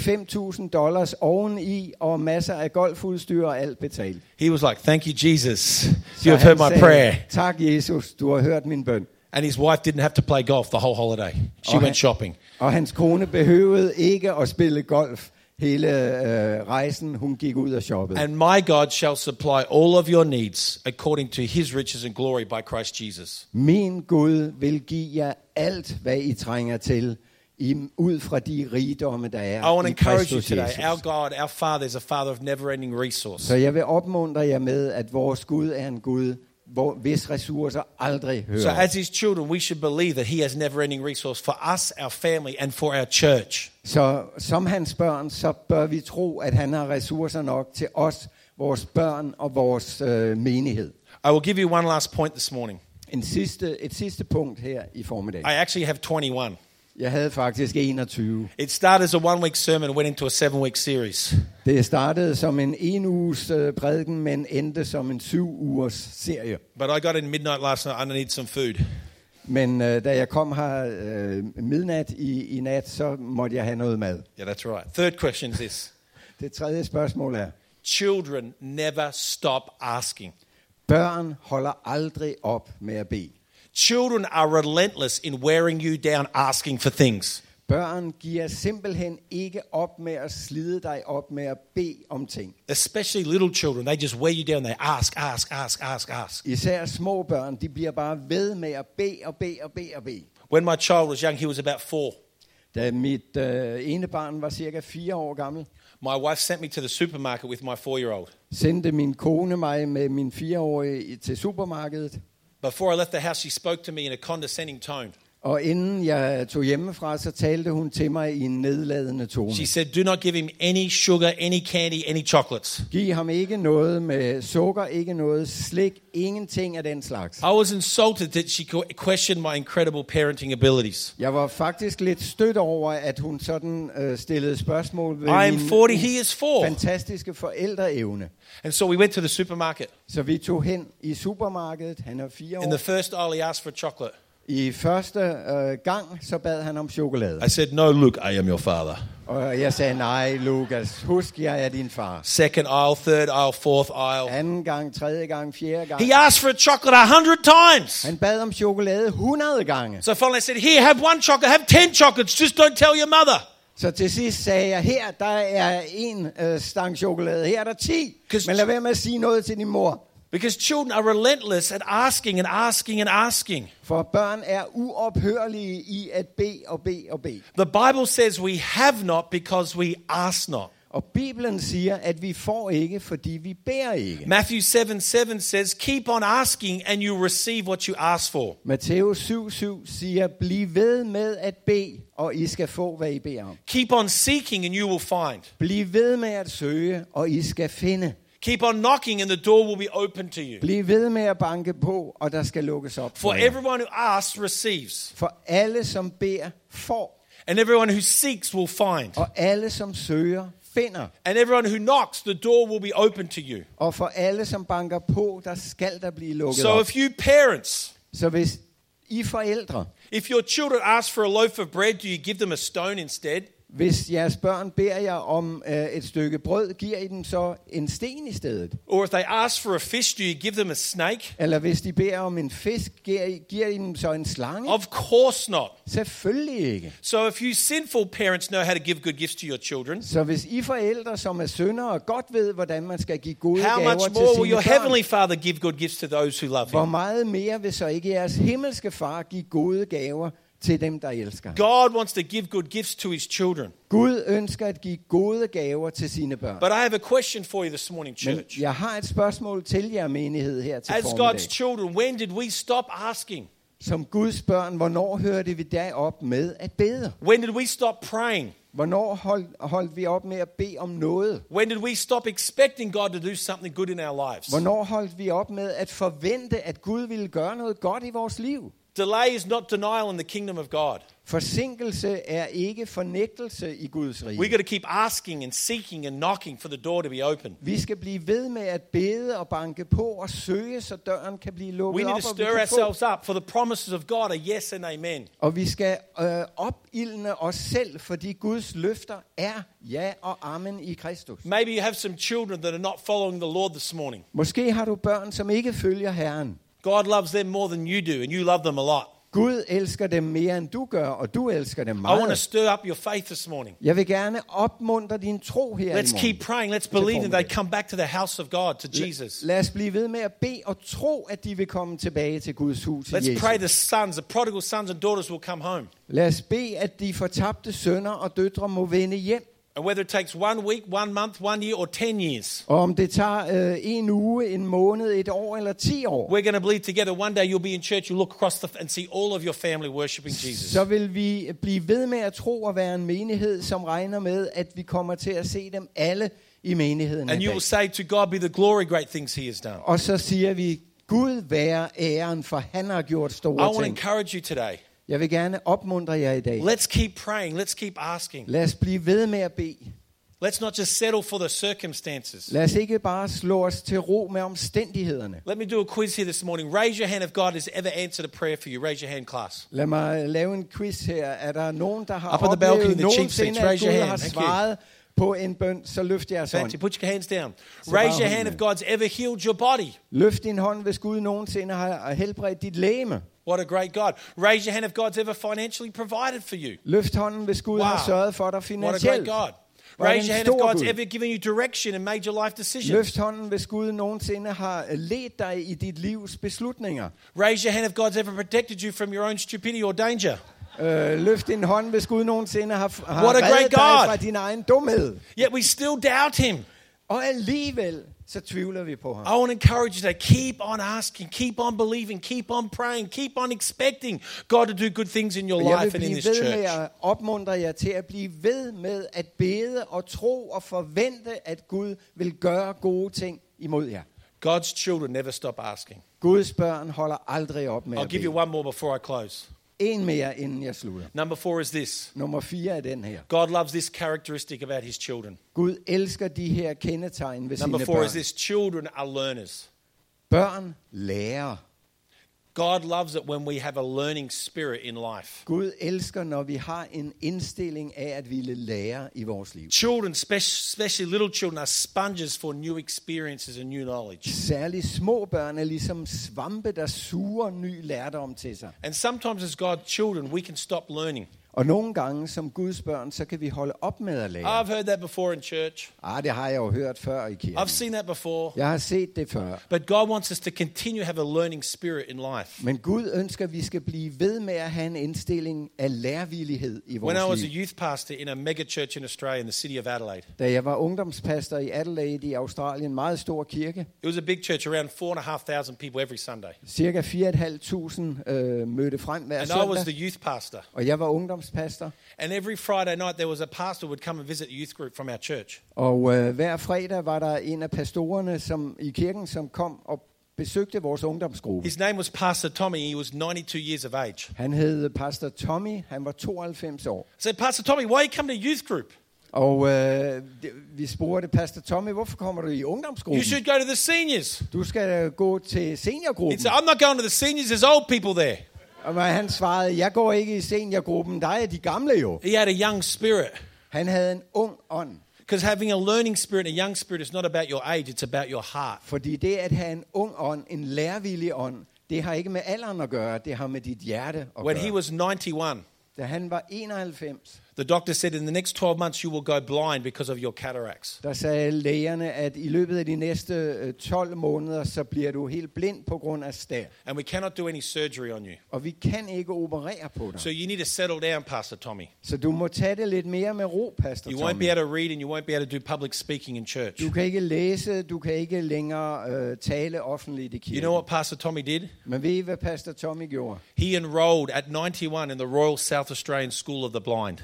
S2: 5.000 dollars oveni og masser af golfudstyr og alt betalt.
S1: He was like, Thank you, Jesus.
S2: Så
S1: You have
S2: han
S1: heard my prayer.
S2: tak Jesus, du har hørt min bøn.
S1: And his wife didn't have to play golf the whole holiday. She
S2: Okay.
S1: went shopping.
S2: Og hans kone behøvede ikke at spille golf hele øh, rejsen. Hun gik ud og shoppede.
S1: And my God shall supply all of your needs according to his riches and glory by Christ Jesus.
S2: Min Gud vil give jer alt, hvad I trænger til, i, ud fra de rigdomme, der
S1: I want
S2: er
S1: to
S2: i
S1: encourage you
S2: Kristus
S1: today. Our
S2: Jesus.
S1: God, our Father, is a Father of never ending resource.
S2: Så jeg vil opmuntre jer med, at vores Gud er en Gud, hvor, hvis ressourcer aldrig hører.
S1: So,
S2: op.
S1: as his children, we should believe that he has never ending resource for us, our family, and for our church.
S2: Så som hans børn, så bør vi tro, at han har ressourcer nok til os, vores børn og vores øh, menighed.
S1: I will give you one last point this morning.
S2: En sidste, et sidste punkt her i formiddag.
S1: I actually have 21.
S2: Jeg havde faktisk 21.
S1: It started as a one week sermon, went into a seven week series.
S2: Det startede som en en uges øh, prædiken, men endte som en syv ugers serie.
S1: But I got in midnight last night. I need some food.
S2: Men øh, da jeg kom her øh, midnat i, i nat, så måtte jeg have noget mad.
S1: Yeah, that's right. Third question is this
S2: Det tredje spørgsmål er,
S1: Children never stop asking.
S2: børn holder aldrig op med at bede.
S1: Children are relentless in wearing you down, asking for things.
S2: Børn giver simpelthen ikke op med at slide dig op med at bede om ting.
S1: Especially little children, they just wear you down. They ask, ask, ask, ask, ask.
S2: Især små børn, de bliver bare ved med at bede og bede og bede og bede.
S1: When my child was young, he was about four.
S2: Da mit øh, ene barn var cirka fire år gammel,
S1: My wife sent me to the supermarket with my four year old.
S2: sendte min kone mig med min fireårige i- til supermarkedet.
S1: Before I left the house, she spoke to me in a condescending tone.
S2: Og inden jeg tog hjemmefra, så talte hun til mig i en nedladende tone.
S1: She said, Do not give him any sugar, any candy, any chocolates.
S2: Giv ham ikke noget med sukker, ikke noget slik, ingenting af den slags.
S1: I was insulted that she que- questioned my incredible parenting abilities.
S2: Jeg var faktisk lidt stødt over, at hun sådan øh, stillede spørgsmål ved
S1: I am
S2: min
S1: 40, he is 4.
S2: fantastiske forældreevne.
S1: And so we went to the supermarket.
S2: Så vi tog hen i supermarkedet, han er fire år.
S1: In the first aisle, he asked for chocolate.
S2: I første øh, gang, så bad han om chokolade.
S1: I said, No, look, I am your father.
S2: Og jeg sagde, nej Lukas, husk jeg er din far.
S1: Second aisle, third aisle, fourth aisle.
S2: Anden gang, tredje gang, fjerde gang.
S1: He asked for a chocolate a hundred times.
S2: Han bad om chokolade 100 gange.
S1: So finally I said, Here, have one chocolate, have ten chocolates, just don't tell your mother.
S2: Så til sidst sagde jeg, her der er en øh, stang chokolade, her er der 10.
S1: Cause-
S2: Men lad være med at sige noget til din mor.
S1: Because children are relentless at asking and asking and asking.
S2: For børn er uophørlige i at bede og bede og bede.
S1: The Bible says we have not because we ask not.
S2: Og Bibelen siger, at vi får ikke, fordi vi beder ikke.
S1: Matthew 7 7 says, Keep on asking and you receive what you ask for.
S2: Matteus 7:7 siger, bliv ved med at bede, og I skal få, hvad I beder om.
S1: Keep on seeking and you will find.
S2: Bliv ved med at søge, og I skal finde.
S1: Keep on knocking and the door will be open to you.
S2: Bliv ved med at banke på, og der skal lukkes op for
S1: For
S2: jer.
S1: everyone who asks receives,
S2: For alle, som beder, får,
S1: and everyone who seeks will find,
S2: og alle, som søger, finder.
S1: and everyone who knocks, the door will be open to you.
S2: Og for alle, som banker på, der skal der blive lukket
S1: So
S2: op.
S1: if you parents,
S2: Så hvis I forældre,
S1: if your children ask for a loaf of bread, do you give them a stone instead?
S2: Hvis jeres børn beder jer om øh, et stykke brød, giver I dem så en sten i stedet?
S1: Or if they ask for a fish, do you give them a snake?
S2: Eller hvis de beder om en fisk, giver I, giver I dem så en slange?
S1: Of course not.
S2: Selvfølgelig ikke.
S1: So if you sinful parents know how to give good gifts to your children,
S2: Så hvis I forældre, som er syndere, godt ved, hvordan man skal give gode
S1: how
S2: gaver
S1: much
S2: til
S1: more will
S2: sine
S1: your
S2: børn,
S1: heavenly Father give good gifts to those who love
S2: hvor
S1: him?
S2: meget mere vil så ikke jeres himmelske far give gode gaver til dem, der elsker? ham?
S1: God wants to give good gifts to his children.
S2: Gud ønsker at give gode gaver til sine børn.
S1: But I have a question for you this morning,
S2: Men
S1: church.
S2: jeg har et spørgsmål til jer menighed her til
S1: As God's
S2: formiddag.
S1: children, when did we stop asking?
S2: Som Guds børn, hvornår hørte vi da op med at bede?
S1: When did we stop praying?
S2: Hvornår holdt, holdt vi op med at bede om noget?
S1: When did we stop expecting God to do something good in our lives?
S2: Hvornår holdt vi op med at forvente, at Gud ville gøre noget godt i vores liv?
S1: Delay is not denial in the kingdom of God.
S2: Forsinkelse er ikke fornægtelse i Guds
S1: We
S2: rige.
S1: got to keep asking and seeking and knocking for the door to be open.
S2: Vi skal blive ved med at bede og banke på og søge, så døren kan blive
S1: We
S2: lukket
S1: need
S2: op,
S1: to
S2: og vi,
S1: stir
S2: kan få.
S1: ourselves up for the promises of God are yes and amen.
S2: og vi skal øh, opildne os selv, fordi Guds løfter er ja og amen i Kristus.
S1: Maybe you have some children that are not following the Lord this morning.
S2: Måske har du børn, som ikke følger Herren.
S1: God loves them more than you do, and you love them a lot.
S2: Gud elsker dem mere, end du gør, og du elsker dem
S1: I want to
S2: meget.
S1: stir up your faith this morning.
S2: Jeg vil gerne opmuntre din tro her i
S1: Let's
S2: morgen.
S1: keep praying. Let's believe that they come back to the house of God, to Jesus.
S2: Lad os blive ved med at bede og tro, at de vil komme tilbage til Guds hus i
S1: Let's pray
S2: Jesus.
S1: the sons, the prodigal sons and daughters will come home.
S2: Lad os bede, at de fortabte sønner og døtre må vende hjem.
S1: And whether it takes one week, one month, one year, or 10 years,
S2: Og om det tager øh, en uge, en måned, et år eller ti år,
S1: we're going to believe together one day you'll be in church, you'll look across the, and see all of your family worshiping Jesus.
S2: så vil vi blive ved med at tro og være en menighed, som regner med, at vi kommer til at se dem alle i menigheden. en
S1: And you
S2: dag.
S1: will say, To God be the glory, great things He has done.
S2: Og så siger vi, Gud være æren, for han har gjort
S1: I want
S2: store
S1: to
S2: ting.
S1: encourage you today.
S2: Jeg vil gerne opmuntre jer i dag.
S1: Let's keep praying. Let's keep asking.
S2: Lad os blive ved med at bede.
S1: Let's not just settle for the circumstances.
S2: Lad os ikke bare slå os til ro med omstændighederne.
S1: Let me do a quiz here this morning. Raise your hand if God has ever answered a prayer for you. Raise your hand, class.
S2: Lad mig øh, lave en quiz her. Er der nogen, der har
S1: Up on the balcony,
S2: oplevet
S1: the cheap seats.
S2: nogensinde, at
S1: Raise your
S2: Gud
S1: hand.
S2: har
S1: Thank you.
S2: svaret på en bøn, så løft jeres hånd.
S1: Fancy. Put your hands down.
S2: So bow
S1: Raise your
S2: hand
S1: hand if
S2: there.
S1: God's ever healed your body.
S2: Løft din hånd, hvis Gud nogensinde har helbredt dit læme.
S1: What a great God. Raise your hand if God's ever financially provided for you.
S2: Løft hånden, hvis Gud
S1: Wow.
S2: har sørget for dig
S1: What a great
S2: finansielt.
S1: God.
S2: Hvor er
S1: Raise
S2: det
S1: your
S2: en
S1: hand if
S2: stor
S1: God's
S2: Gud.
S1: ever given you direction and made your life decisions.
S2: Løft hånden, hvis Gud nogensinde har øh, ledt dig i dit livs beslutninger.
S1: Raise your hand if God's ever protected you from your own stupidity or danger.
S2: Øh, løft din hånd, hvis Gud nogensinde har, har
S1: What a great
S2: reddet dig
S1: God.
S2: fra din egen dumhed.
S1: Yet we still doubt Him.
S2: Og alligevel, så tvivler vi på ham.
S1: I want to encourage you to keep on asking, keep on believing, keep on praying, keep on expecting God to do good things in your
S2: Og jeg vil
S1: life and in
S2: blive
S1: this
S2: ved med
S1: church.
S2: at opmuntre jer til at blive ved med at bede og tro og forvente, at Gud vil gøre gode ting imod jer.
S1: God's children never stop asking.
S2: Guds børn holder aldrig op med
S1: I'll
S2: at
S1: give you
S2: bede.
S1: one more before I close.
S2: En mere, inden jeg slutter.
S1: Number four is this
S2: Nummer fire er den her.
S1: God loves this characteristic about his children.
S2: Gud elsker de her kendetegn ved
S1: Number
S2: sine
S1: four is
S2: børn.
S1: this children are learners.
S2: Børn lærer.
S1: God loves it when we have a learning spirit in life.
S2: Gud elsker, når vi har en indstilling af at ville lære i vores liv.
S1: Children, spe- especially little children, are sponges for new experiences and new knowledge.
S2: Særligt små børn er ligesom svampe, der suger ny lærdom til sig.
S1: And sometimes, as God's children, we can stop learning.
S2: Og nogle gange, som Guds børn, så kan vi holde op med at lære.
S1: I've heard that before in church.
S2: Ah, det har jeg jo hørt før i kirken.
S1: I've seen that before.
S2: Jeg har set det før.
S1: But God wants us to continue to have a learning spirit in life.
S2: Men Gud ønsker, at vi skal blive ved med at have en indstilling af lærvillighed i
S1: When I
S2: vores
S1: was a
S2: liv.
S1: youth pastor in a mega church in Australia, in the city of Adelaide,
S2: Da jeg var ungdomspastor i Adelaide i Australien, en meget stor kirke,
S1: it was a big church, around 4,500 people every Sunday.
S2: cirka 4.500 øh, mødte frem hver
S1: And I was the
S2: søndag,
S1: youth pastor.
S2: og jeg var ungdomspastor.
S1: And every Friday night, there was a pastor who would come and visit the youth group from our church.
S2: Og øh, hver fredag var der en af pastorerne som, i kirken, som kom og besøgte vores ungdomsgruppe.
S1: His name was Pastor Tommy. He was 92 years of age.
S2: Han hed øh, pastor Tommy, han var 92 år.
S1: I said, Pastor Tommy, why you come to youth group?
S2: Og øh, det- vi spurgte pastor Tommy, hvorfor kommer du i
S1: You
S2: ungdomsgruppen?
S1: should go to the seniors.
S2: Du skal øh, gå til
S1: He
S2: seniorgruppen.
S1: said, I'm not going to the seniors. There's old people there.
S2: Og han svarede, jeg går ikke i seniorgruppen, der er de gamle jo.
S1: He had a young spirit.
S2: Han havde en ung ånd,
S1: Because having a learning spirit and a young spirit is not about your age, it's about your heart.
S2: fordi det at have en ung ånd, en lærvillig ånd, det har ikke med alderen at gøre, det har med dit hjerte at
S1: When he
S2: gøre.
S1: was 91,
S2: Da han var 91,
S1: the doctor said, In the next 12 months, you will go blind because of your cataracts.
S2: der sagde lægerne, at i løbet af de næste øh, 12 måneder, så bliver du helt blind på grund af stær.
S1: And we cannot do any surgery on you.
S2: Og vi kan ikke operere på dig.
S1: So you need to settle down, Pastor Tommy.
S2: Så du må tage det lidt mere med ro, Pastor
S1: You won't
S2: Tommy.
S1: be able to read and you won't be able to do public speaking in church.
S2: Du kan ikke læse, du kan ikke længere øh, tale offentligt i
S1: You
S2: kirken.
S1: know what Pastor Tommy did?
S2: Men ved I, hvad Pastor Tommy gjorde?
S1: He enrolled at 91 in the Royal South Australian School of the Blind.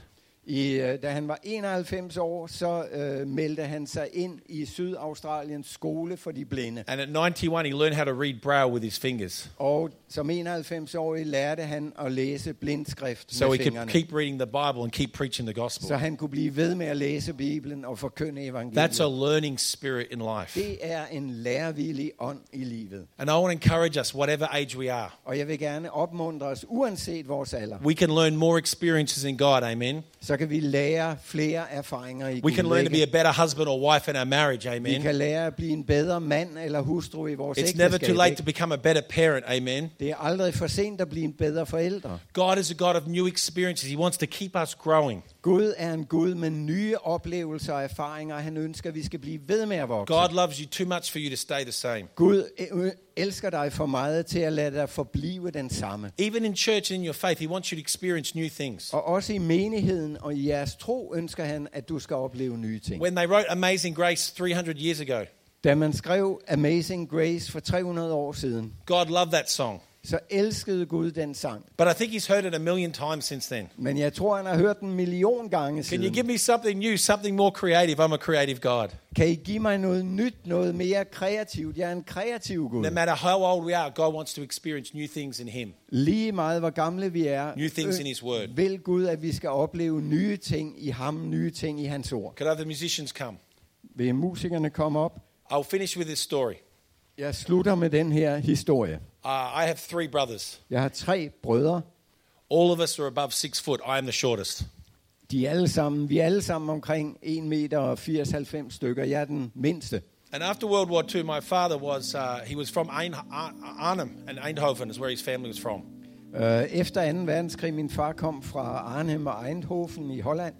S2: I, øh, da han var 91 år, så øh, meldte han sig ind i Sydaustraliens skole for de blinde.
S1: And at 91, he learned how to read braille with his fingers
S2: Og som 91-årig lærte han at læse blindskrift
S1: so
S2: med
S1: he could
S2: fingrene.
S1: keep reading the Bible and keep preaching the
S2: Så
S1: gospel.
S2: han kunne blive ved med at læse Bibelen og forkynde evangeliet.
S1: That's a learning spirit in life.
S2: Det er en lærevillig ånd i livet.
S1: And I want to encourage us, whatever age we are,
S2: Og jeg vil gerne opmuntre os, uanset vores alder,
S1: we can learn more experiences in God, amen.
S2: så kan vi lære flere erfaringer i
S1: We can
S2: Gud,
S1: learn to
S2: ikke?
S1: be a better husband or wife in our marriage,
S2: Vi
S1: amen.
S2: kan lære at blive en bedre mand eller hustru i vores
S1: It's never
S2: ægteskab.
S1: too late to
S2: ikke?
S1: become a better parent, amen.
S2: Det er aldrig for sent at blive en bedre forælder.
S1: God is a God of new experiences. He wants to keep us growing.
S2: Gud er en Gud med nye oplevelser og erfaringer. og Han ønsker, at vi skal blive ved med at vokse.
S1: God loves you too much for you to stay the same.
S2: Gud øh, elsker dig for meget til at lade dig forblive den samme.
S1: Even in church and in your faith, He wants you to experience new things.
S2: Og også i menigheden og i jeres tro ønsker han, at du skal opleve nye ting.
S1: When they wrote Amazing Grace 300 years ago,
S2: Da man skrev Amazing Grace for 300 år siden,
S1: God loved that song.
S2: så elskede Gud den sang.
S1: But I think He's heard it a million times since then.
S2: Men jeg tror, han har hørt den en million gange
S1: Can you
S2: siden.
S1: give me something new, something more creative? I'm a creative God.
S2: Kan I give mig noget nyt, noget mere kreativt? Jeg er en kreativ
S1: No
S2: Gud.
S1: matter how old we are, God wants to experience new things in Him.
S2: Lige meget hvor gamle vi er,
S1: New things
S2: øh,
S1: in his word.
S2: vil Gud, at vi skal opleve nye ting i ham, nye ting i hans ord.
S1: Could I have the musicians come?
S2: Vil musikerne komme op?
S1: I'll finish with this story.
S2: Jeg slutter med den her historie.
S1: Uh, I have three brothers.
S2: Jeg har tre brødre.
S1: All of us are above six foot. I am the shortest.
S2: De er alle sammen, vi er alle sammen omkring 1 meter og 80-90 stykker. Jeg er den mindste.
S1: And after World War II, my father was, uh, he was from Ein- Ar- Arnhem and Eindhoven is where his family was from.
S2: Øh, Efter 2. verdenskrig, min far kom fra Arnhem og Eindhoven i Holland,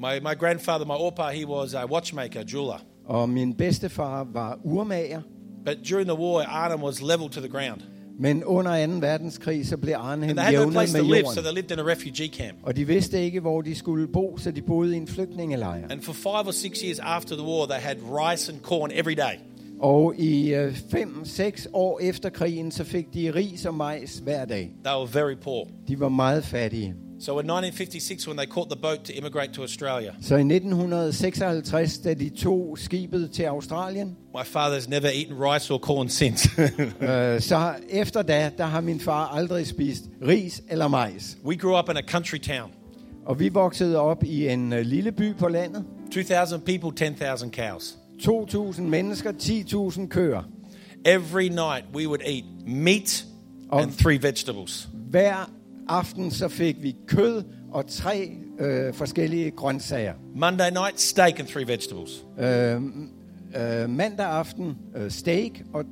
S1: My, my grandfather, my opa, he was a watchmaker, jeweler.
S2: og min bedstefar var urmager.
S1: But during the war, Arnhem was leveled to the ground.
S2: Men under 2. verdenskrig, så blev Arnhem
S1: And they had no
S2: jævnet
S1: place to
S2: med
S1: live, so
S2: jorden.
S1: they lived in a refugee camp.
S2: Og de vidste ikke, hvor de skulle bo, så de boede i en flygtningelejr.
S1: And for five or six years after the war, they had rice and corn every day.
S2: Og i 5-6 år efter krigen, så fik de ris og majs hver dag.
S1: They were very poor.
S2: De var meget fattige.
S1: So in 1956, when they caught the boat to immigrate to Australia,
S2: Så i 1956, da de tog skibet til Australien,
S1: my father's never eaten rice or corn since.
S2: øh, så efter da, der har min far aldrig spist ris eller majs.
S1: we grew up in a country town.
S2: Og vi voksede op i en øh, lille by på landet.
S1: 2,000 people, 10,000 cows.
S2: 2.000 mennesker, 10.000 køer.
S1: Every night we would eat meat and three vegetables.
S2: Hver aften så fik vi kød og tre øh, forskellige grøntsager.
S1: Monday night, steak and three vegetables.
S2: Øh, øh, mandag aften øh, steak og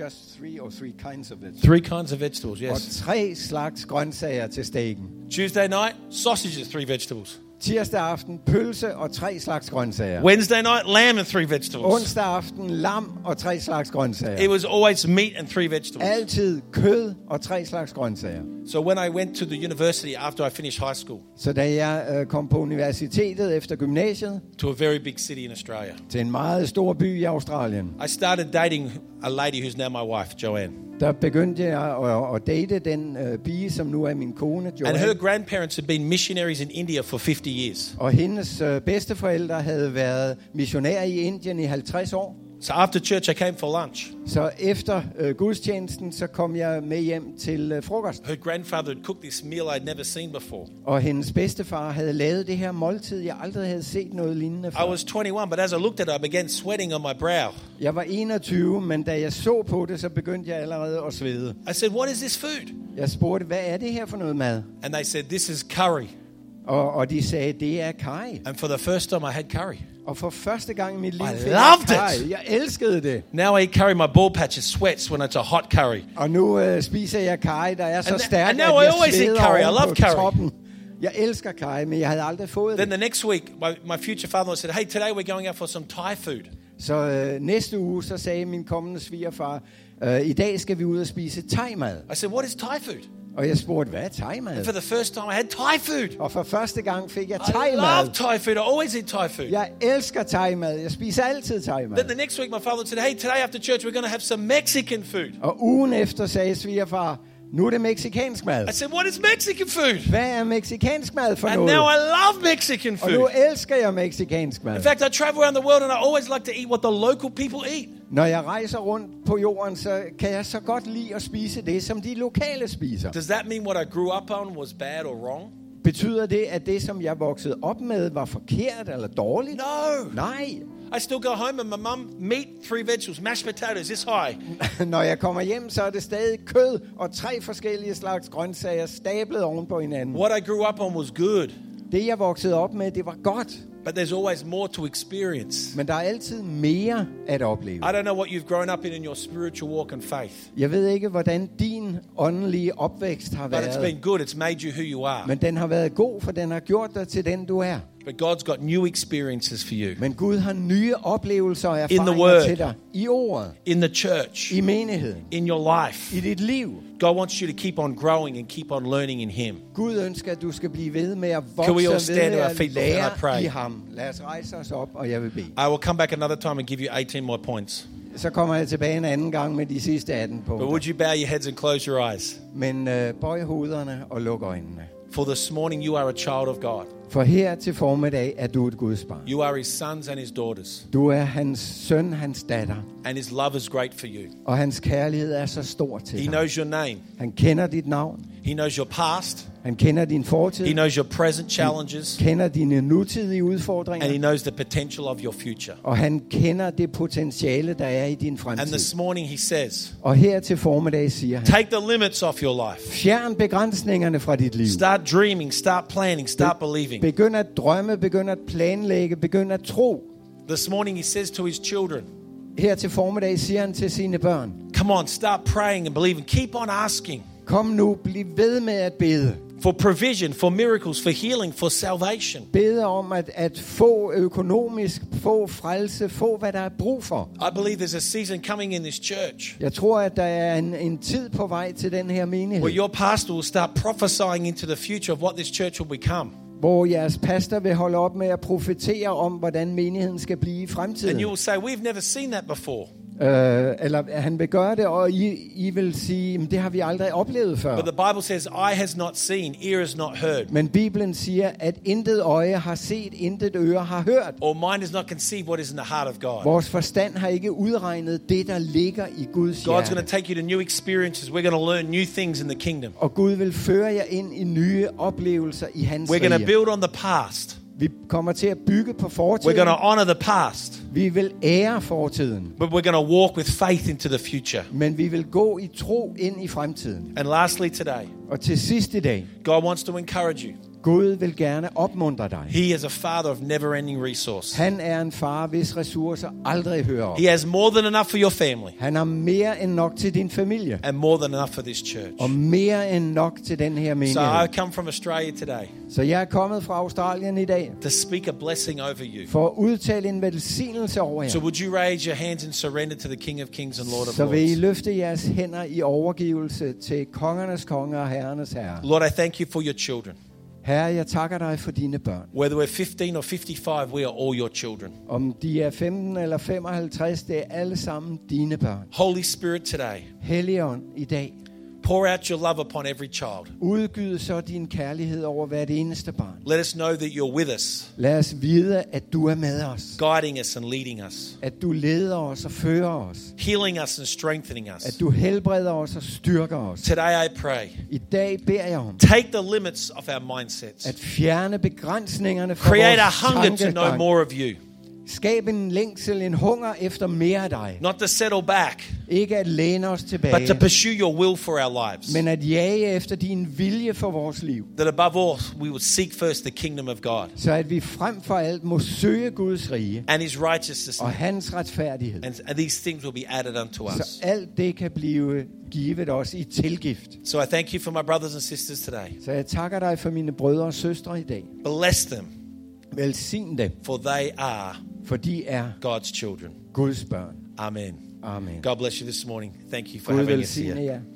S2: just three or three kinds of it.
S1: Three kinds of vegetables,
S2: Og
S1: yes.
S2: tre slags grøntsager til stegen.
S1: Tuesday night, sausages, three vegetables.
S2: Tirsdag aften pølse og tre slags grøntsager.
S1: Wednesday night, lamb and three vegetables.
S2: Onsdag aften lam og tre slags
S1: It
S2: grøntsager.
S1: was always meat and three vegetables.
S2: Altid kød og tre slags grøntsager.
S1: So when I went to the university after I finished high school,
S2: Så da jeg øh, kom på universitetet efter gymnasiet
S1: to a very big city in Australia.
S2: til en meget stor by i Australien,
S1: I started dating a lady who's now my wife, Joanne.
S2: der begyndte jeg at, at date den øh, pige, som nu er min kone,
S1: And her
S2: Joanne.
S1: grandparents had been missionaries in India for 50 years.
S2: Og hendes øh, bedsteforældre havde været missionærer i Indien i 50 år.
S1: So after church, I came for lunch.
S2: Så efter øh, gudstjenesten, så kom jeg med hjem til øh, frokost.
S1: Her grandfather had cooked this meal I'd never seen before.
S2: Og hendes bedstefar havde lavet det her måltid, jeg aldrig havde set noget lignende
S1: I
S2: før.
S1: was 21, but as I looked at it, I began sweating on my brow.
S2: Jeg var 21, men da jeg så på det, så begyndte jeg allerede at svede.
S1: I said, What is this food?
S2: Jeg spurgte, hvad er det her for noget mad?
S1: And they said, This is curry.
S2: Og, og de sagde, det er karry.
S1: And for the first time, I had curry.
S2: Og for første gang i mit liv
S1: I
S2: fik jeg
S1: loved
S2: karry. Jeg elskede det.
S1: Now I eat curry, my ball patches sweats when it's a hot curry.
S2: Og nu øh, spiser jeg karry, der er så
S1: And-
S2: stærk,
S1: and now I
S2: at jeg
S1: always eat
S2: sveder
S1: karry. I
S2: oven
S1: love
S2: på
S1: karry.
S2: toppen. Jeg elsker karry, men jeg havde aldrig fået
S1: Then
S2: det.
S1: the next week, my, my future father-in-law said, hey, today we're going out for some Thai food.
S2: Så øh, næste uge, så sagde min kommende svigerfar, øh, i dag skal vi ud og spise thai-mad.
S1: I said, what is Thai food?
S2: Og jeg spurgte, hvad er thai-mad?
S1: For the first time, I had Thai food.
S2: Og for første gang fik jeg
S1: I
S2: thai-mad.
S1: love Thai food. I always eat Thai food.
S2: Jeg elsker thai-mad. Jeg spiser altid
S1: Then the
S2: thai-mad.
S1: next week, my father said, hey, today after church, we're going to have some Mexican food.
S2: Og ugen efter sagde svigerfar, nu er det meksikansk mad.
S1: I said, what is Mexican food?
S2: Hvad er meksikansk mad for
S1: And now
S2: noget?
S1: I love Mexican
S2: Og nu
S1: food.
S2: elsker jeg meksikansk mad.
S1: In fact, I travel around the world and I always like to eat what the local people eat.
S2: Når jeg rejser rundt på jorden, så kan jeg så godt lide at spise det, som de lokale spiser.
S1: Does that mean what I grew up on was bad or wrong?
S2: Betyder det, at det, som jeg voksede op med, var forkert eller dårligt?
S1: No.
S2: Nej.
S1: I still go home and my mum, meat, three vegetables, mashed potatoes, this high.
S2: Når jeg kommer hjem, så er det stadig kød og tre forskellige slags grøntsager stablet oven på hinanden.
S1: What I grew up on was good,
S2: Det, jeg voksede op med, det var godt.
S1: but there's always more to experience.
S2: Men der er altid mere at opleve.
S1: I don't know what you've grown up in in your spiritual walk and faith,
S2: Jeg ved ikke, hvordan din åndelige opvækst har
S1: but it's
S2: været.
S1: been good. It's made you who you are.
S2: Men den har været god, for den har gjort dig til den, du er.
S1: But God's got new experiences for you
S2: Men Gud har nye oplevelser og erfaringer
S1: word.
S2: til dig. I ordet,
S1: in the church,
S2: i menigheden,
S1: in your life.
S2: i dit liv.
S1: God wants you to keep on growing and keep on learning in Him.
S2: Gud ønsker, at du skal blive ved med at vokse
S1: Can
S2: og
S1: we all
S2: ved
S1: stand
S2: med
S1: on our feet
S2: at
S1: before I
S2: lære
S1: pray?
S2: i ham. Lad os rejse os op, og jeg vil bede.
S1: I will come back another time and give you 18 more points.
S2: Så kommer jeg tilbage en anden gang med de sidste 18
S1: But
S2: punkter.
S1: would you bow your heads and close your eyes?
S2: Men øh, bøj hovederne og luk øjnene.
S1: For this morning, you are a child of God.
S2: For her til formiddag er du et Guds barn.
S1: You are His sons and His daughters,
S2: Du er hans søn, hans datter,
S1: and His love is great for you.
S2: og hans kærlighed er så stor
S1: He
S2: til dig.
S1: knows your name,
S2: Han kender dit navn,
S1: He knows your past,
S2: han kender din fortid,
S1: He knows your present challenges,
S2: kender dine nutidige
S1: and He
S2: udfordringer,
S1: knows the potential of your future.
S2: og han kender det potentiale, der er i din
S1: And
S2: fremtid.
S1: this morning, He says,
S2: Og her til formiddag siger han,
S1: Take the limits off your life.
S2: fjern begrænsningerne fra dit liv.
S1: Start dreaming, start planning, start believing.
S2: Begynd at drømme, begynd at planlægge, begynd at tro.
S1: This morning, He says to His children,
S2: Her til formiddag siger han til sine børn,
S1: Come on, start praying and believing. Keep on asking
S2: kom nu, bliv ved med at bede.
S1: for provision, for miracles, for healing, for salvation.
S2: Bede om at, at få økonomisk, få frelse, få hvad der er brug for.
S1: I believe there's a season coming in this church
S2: Jeg tror, at der er en, en tid på vej til den her menighed,
S1: where your pastor will start prophesying into the future of what this church will become.
S2: hvor jeres pastor vil holde op med at profetere om, hvordan menigheden skal blive i
S1: And you
S2: fremtiden.
S1: will say, We've never seen that before.
S2: Øh, eller han vil gøre det, og I, I vil sige, "Men det har vi aldrig oplevet før.
S1: But the Bible says, Eye has not seen, ear has not heard,
S2: Men Bibelen siger, at intet øje har set, intet øre har hørt.
S1: or mind has not conceived what is in the heart of God.
S2: Vores forstand har ikke udregnet det, der ligger i Guds
S1: God's going to
S2: hjerte.
S1: take you to new experiences. We're going to learn new things in the kingdom.
S2: Og Gud vil føre jer ind i nye oplevelser i hans
S1: We're going to
S2: rige.
S1: build on the past.
S2: Vi kommer til at bygge på
S1: We're
S2: fortiden.
S1: going to honor the past,
S2: Vi vil ære fortiden.
S1: but we're going to walk with faith into the future.
S2: Men vi vil gå i tro ind i fremtiden.
S1: And lastly, today,
S2: Og til sidst i dag,
S1: God wants to encourage you.
S2: Gud vil gerne opmuntre dig.
S1: He is a father of never ending resource.
S2: Han er en far, hvis ressourcer aldrig hører op.
S1: He has more than enough for your family
S2: Han har mere end nok til din familie.
S1: and more than enough for this church.
S2: Og mere end nok til den her
S1: So
S2: menighed.
S1: I come from Australia today
S2: Så jeg er kommet fra Australien i dag
S1: to speak a blessing over you.
S2: for at udtale en velsignelse over
S1: So
S2: jer.
S1: would you raise your hands and surrender to the King of Kings and Lord of
S2: Så vil I
S1: Lords?
S2: løfte jeres hænder i overgivelse til kongernes konge og herrenes herre.
S1: Lord, I thank you for your children.
S2: Herre, jeg takker dig for dine børn.
S1: Whether we're 15 or 55, we are all your children.
S2: Om de er 15 eller 55, det er alle sammen dine børn.
S1: Holy Spirit, today,
S2: Helligånd i dag,
S1: pour out your love upon every child.
S2: udgyd så din kærlighed over hvert eneste barn.
S1: Let us know that you're with us,
S2: Lad os vide, at du er med os.
S1: guiding us and leading us,
S2: At du leder os og fører os.
S1: healing us and strengthening us.
S2: At du helbreder os og styrker os.
S1: Today, I pray,
S2: I dag beder jeg om,
S1: take the limits of our mindsets.
S2: at fjerne begrænsningerne for
S1: Create a
S2: vores
S1: hunger to know
S2: tankegang.
S1: more of you.
S2: Skab en længsel, en hunger efter mere af dig.
S1: not to settle back,
S2: Ikke at læne os
S1: but to
S2: tilbage,
S1: pursue your will for our lives.
S2: men at jage efter din vilje for vores liv.
S1: That above all, we would seek first the kingdom of God
S2: Så at vi frem for alt må søge Guds rige
S1: and his righteousness,
S2: og hans retfærdighed.
S1: and and these things will be added unto
S2: Så
S1: us.
S2: alt det kan blive givet os i tilgift.
S1: So I thank you for my brothers and sisters today.
S2: Så jeg takker dig for mine brødre og søstre i dag.
S1: Bless them,
S2: Velsign dem,
S1: for they are
S2: for de er
S1: God's children.
S2: Guds børn.
S1: Amen.
S2: Amen.
S1: God bless you this morning. Thank you for
S2: Gud
S1: having us
S2: velsigne
S1: here.
S2: jer.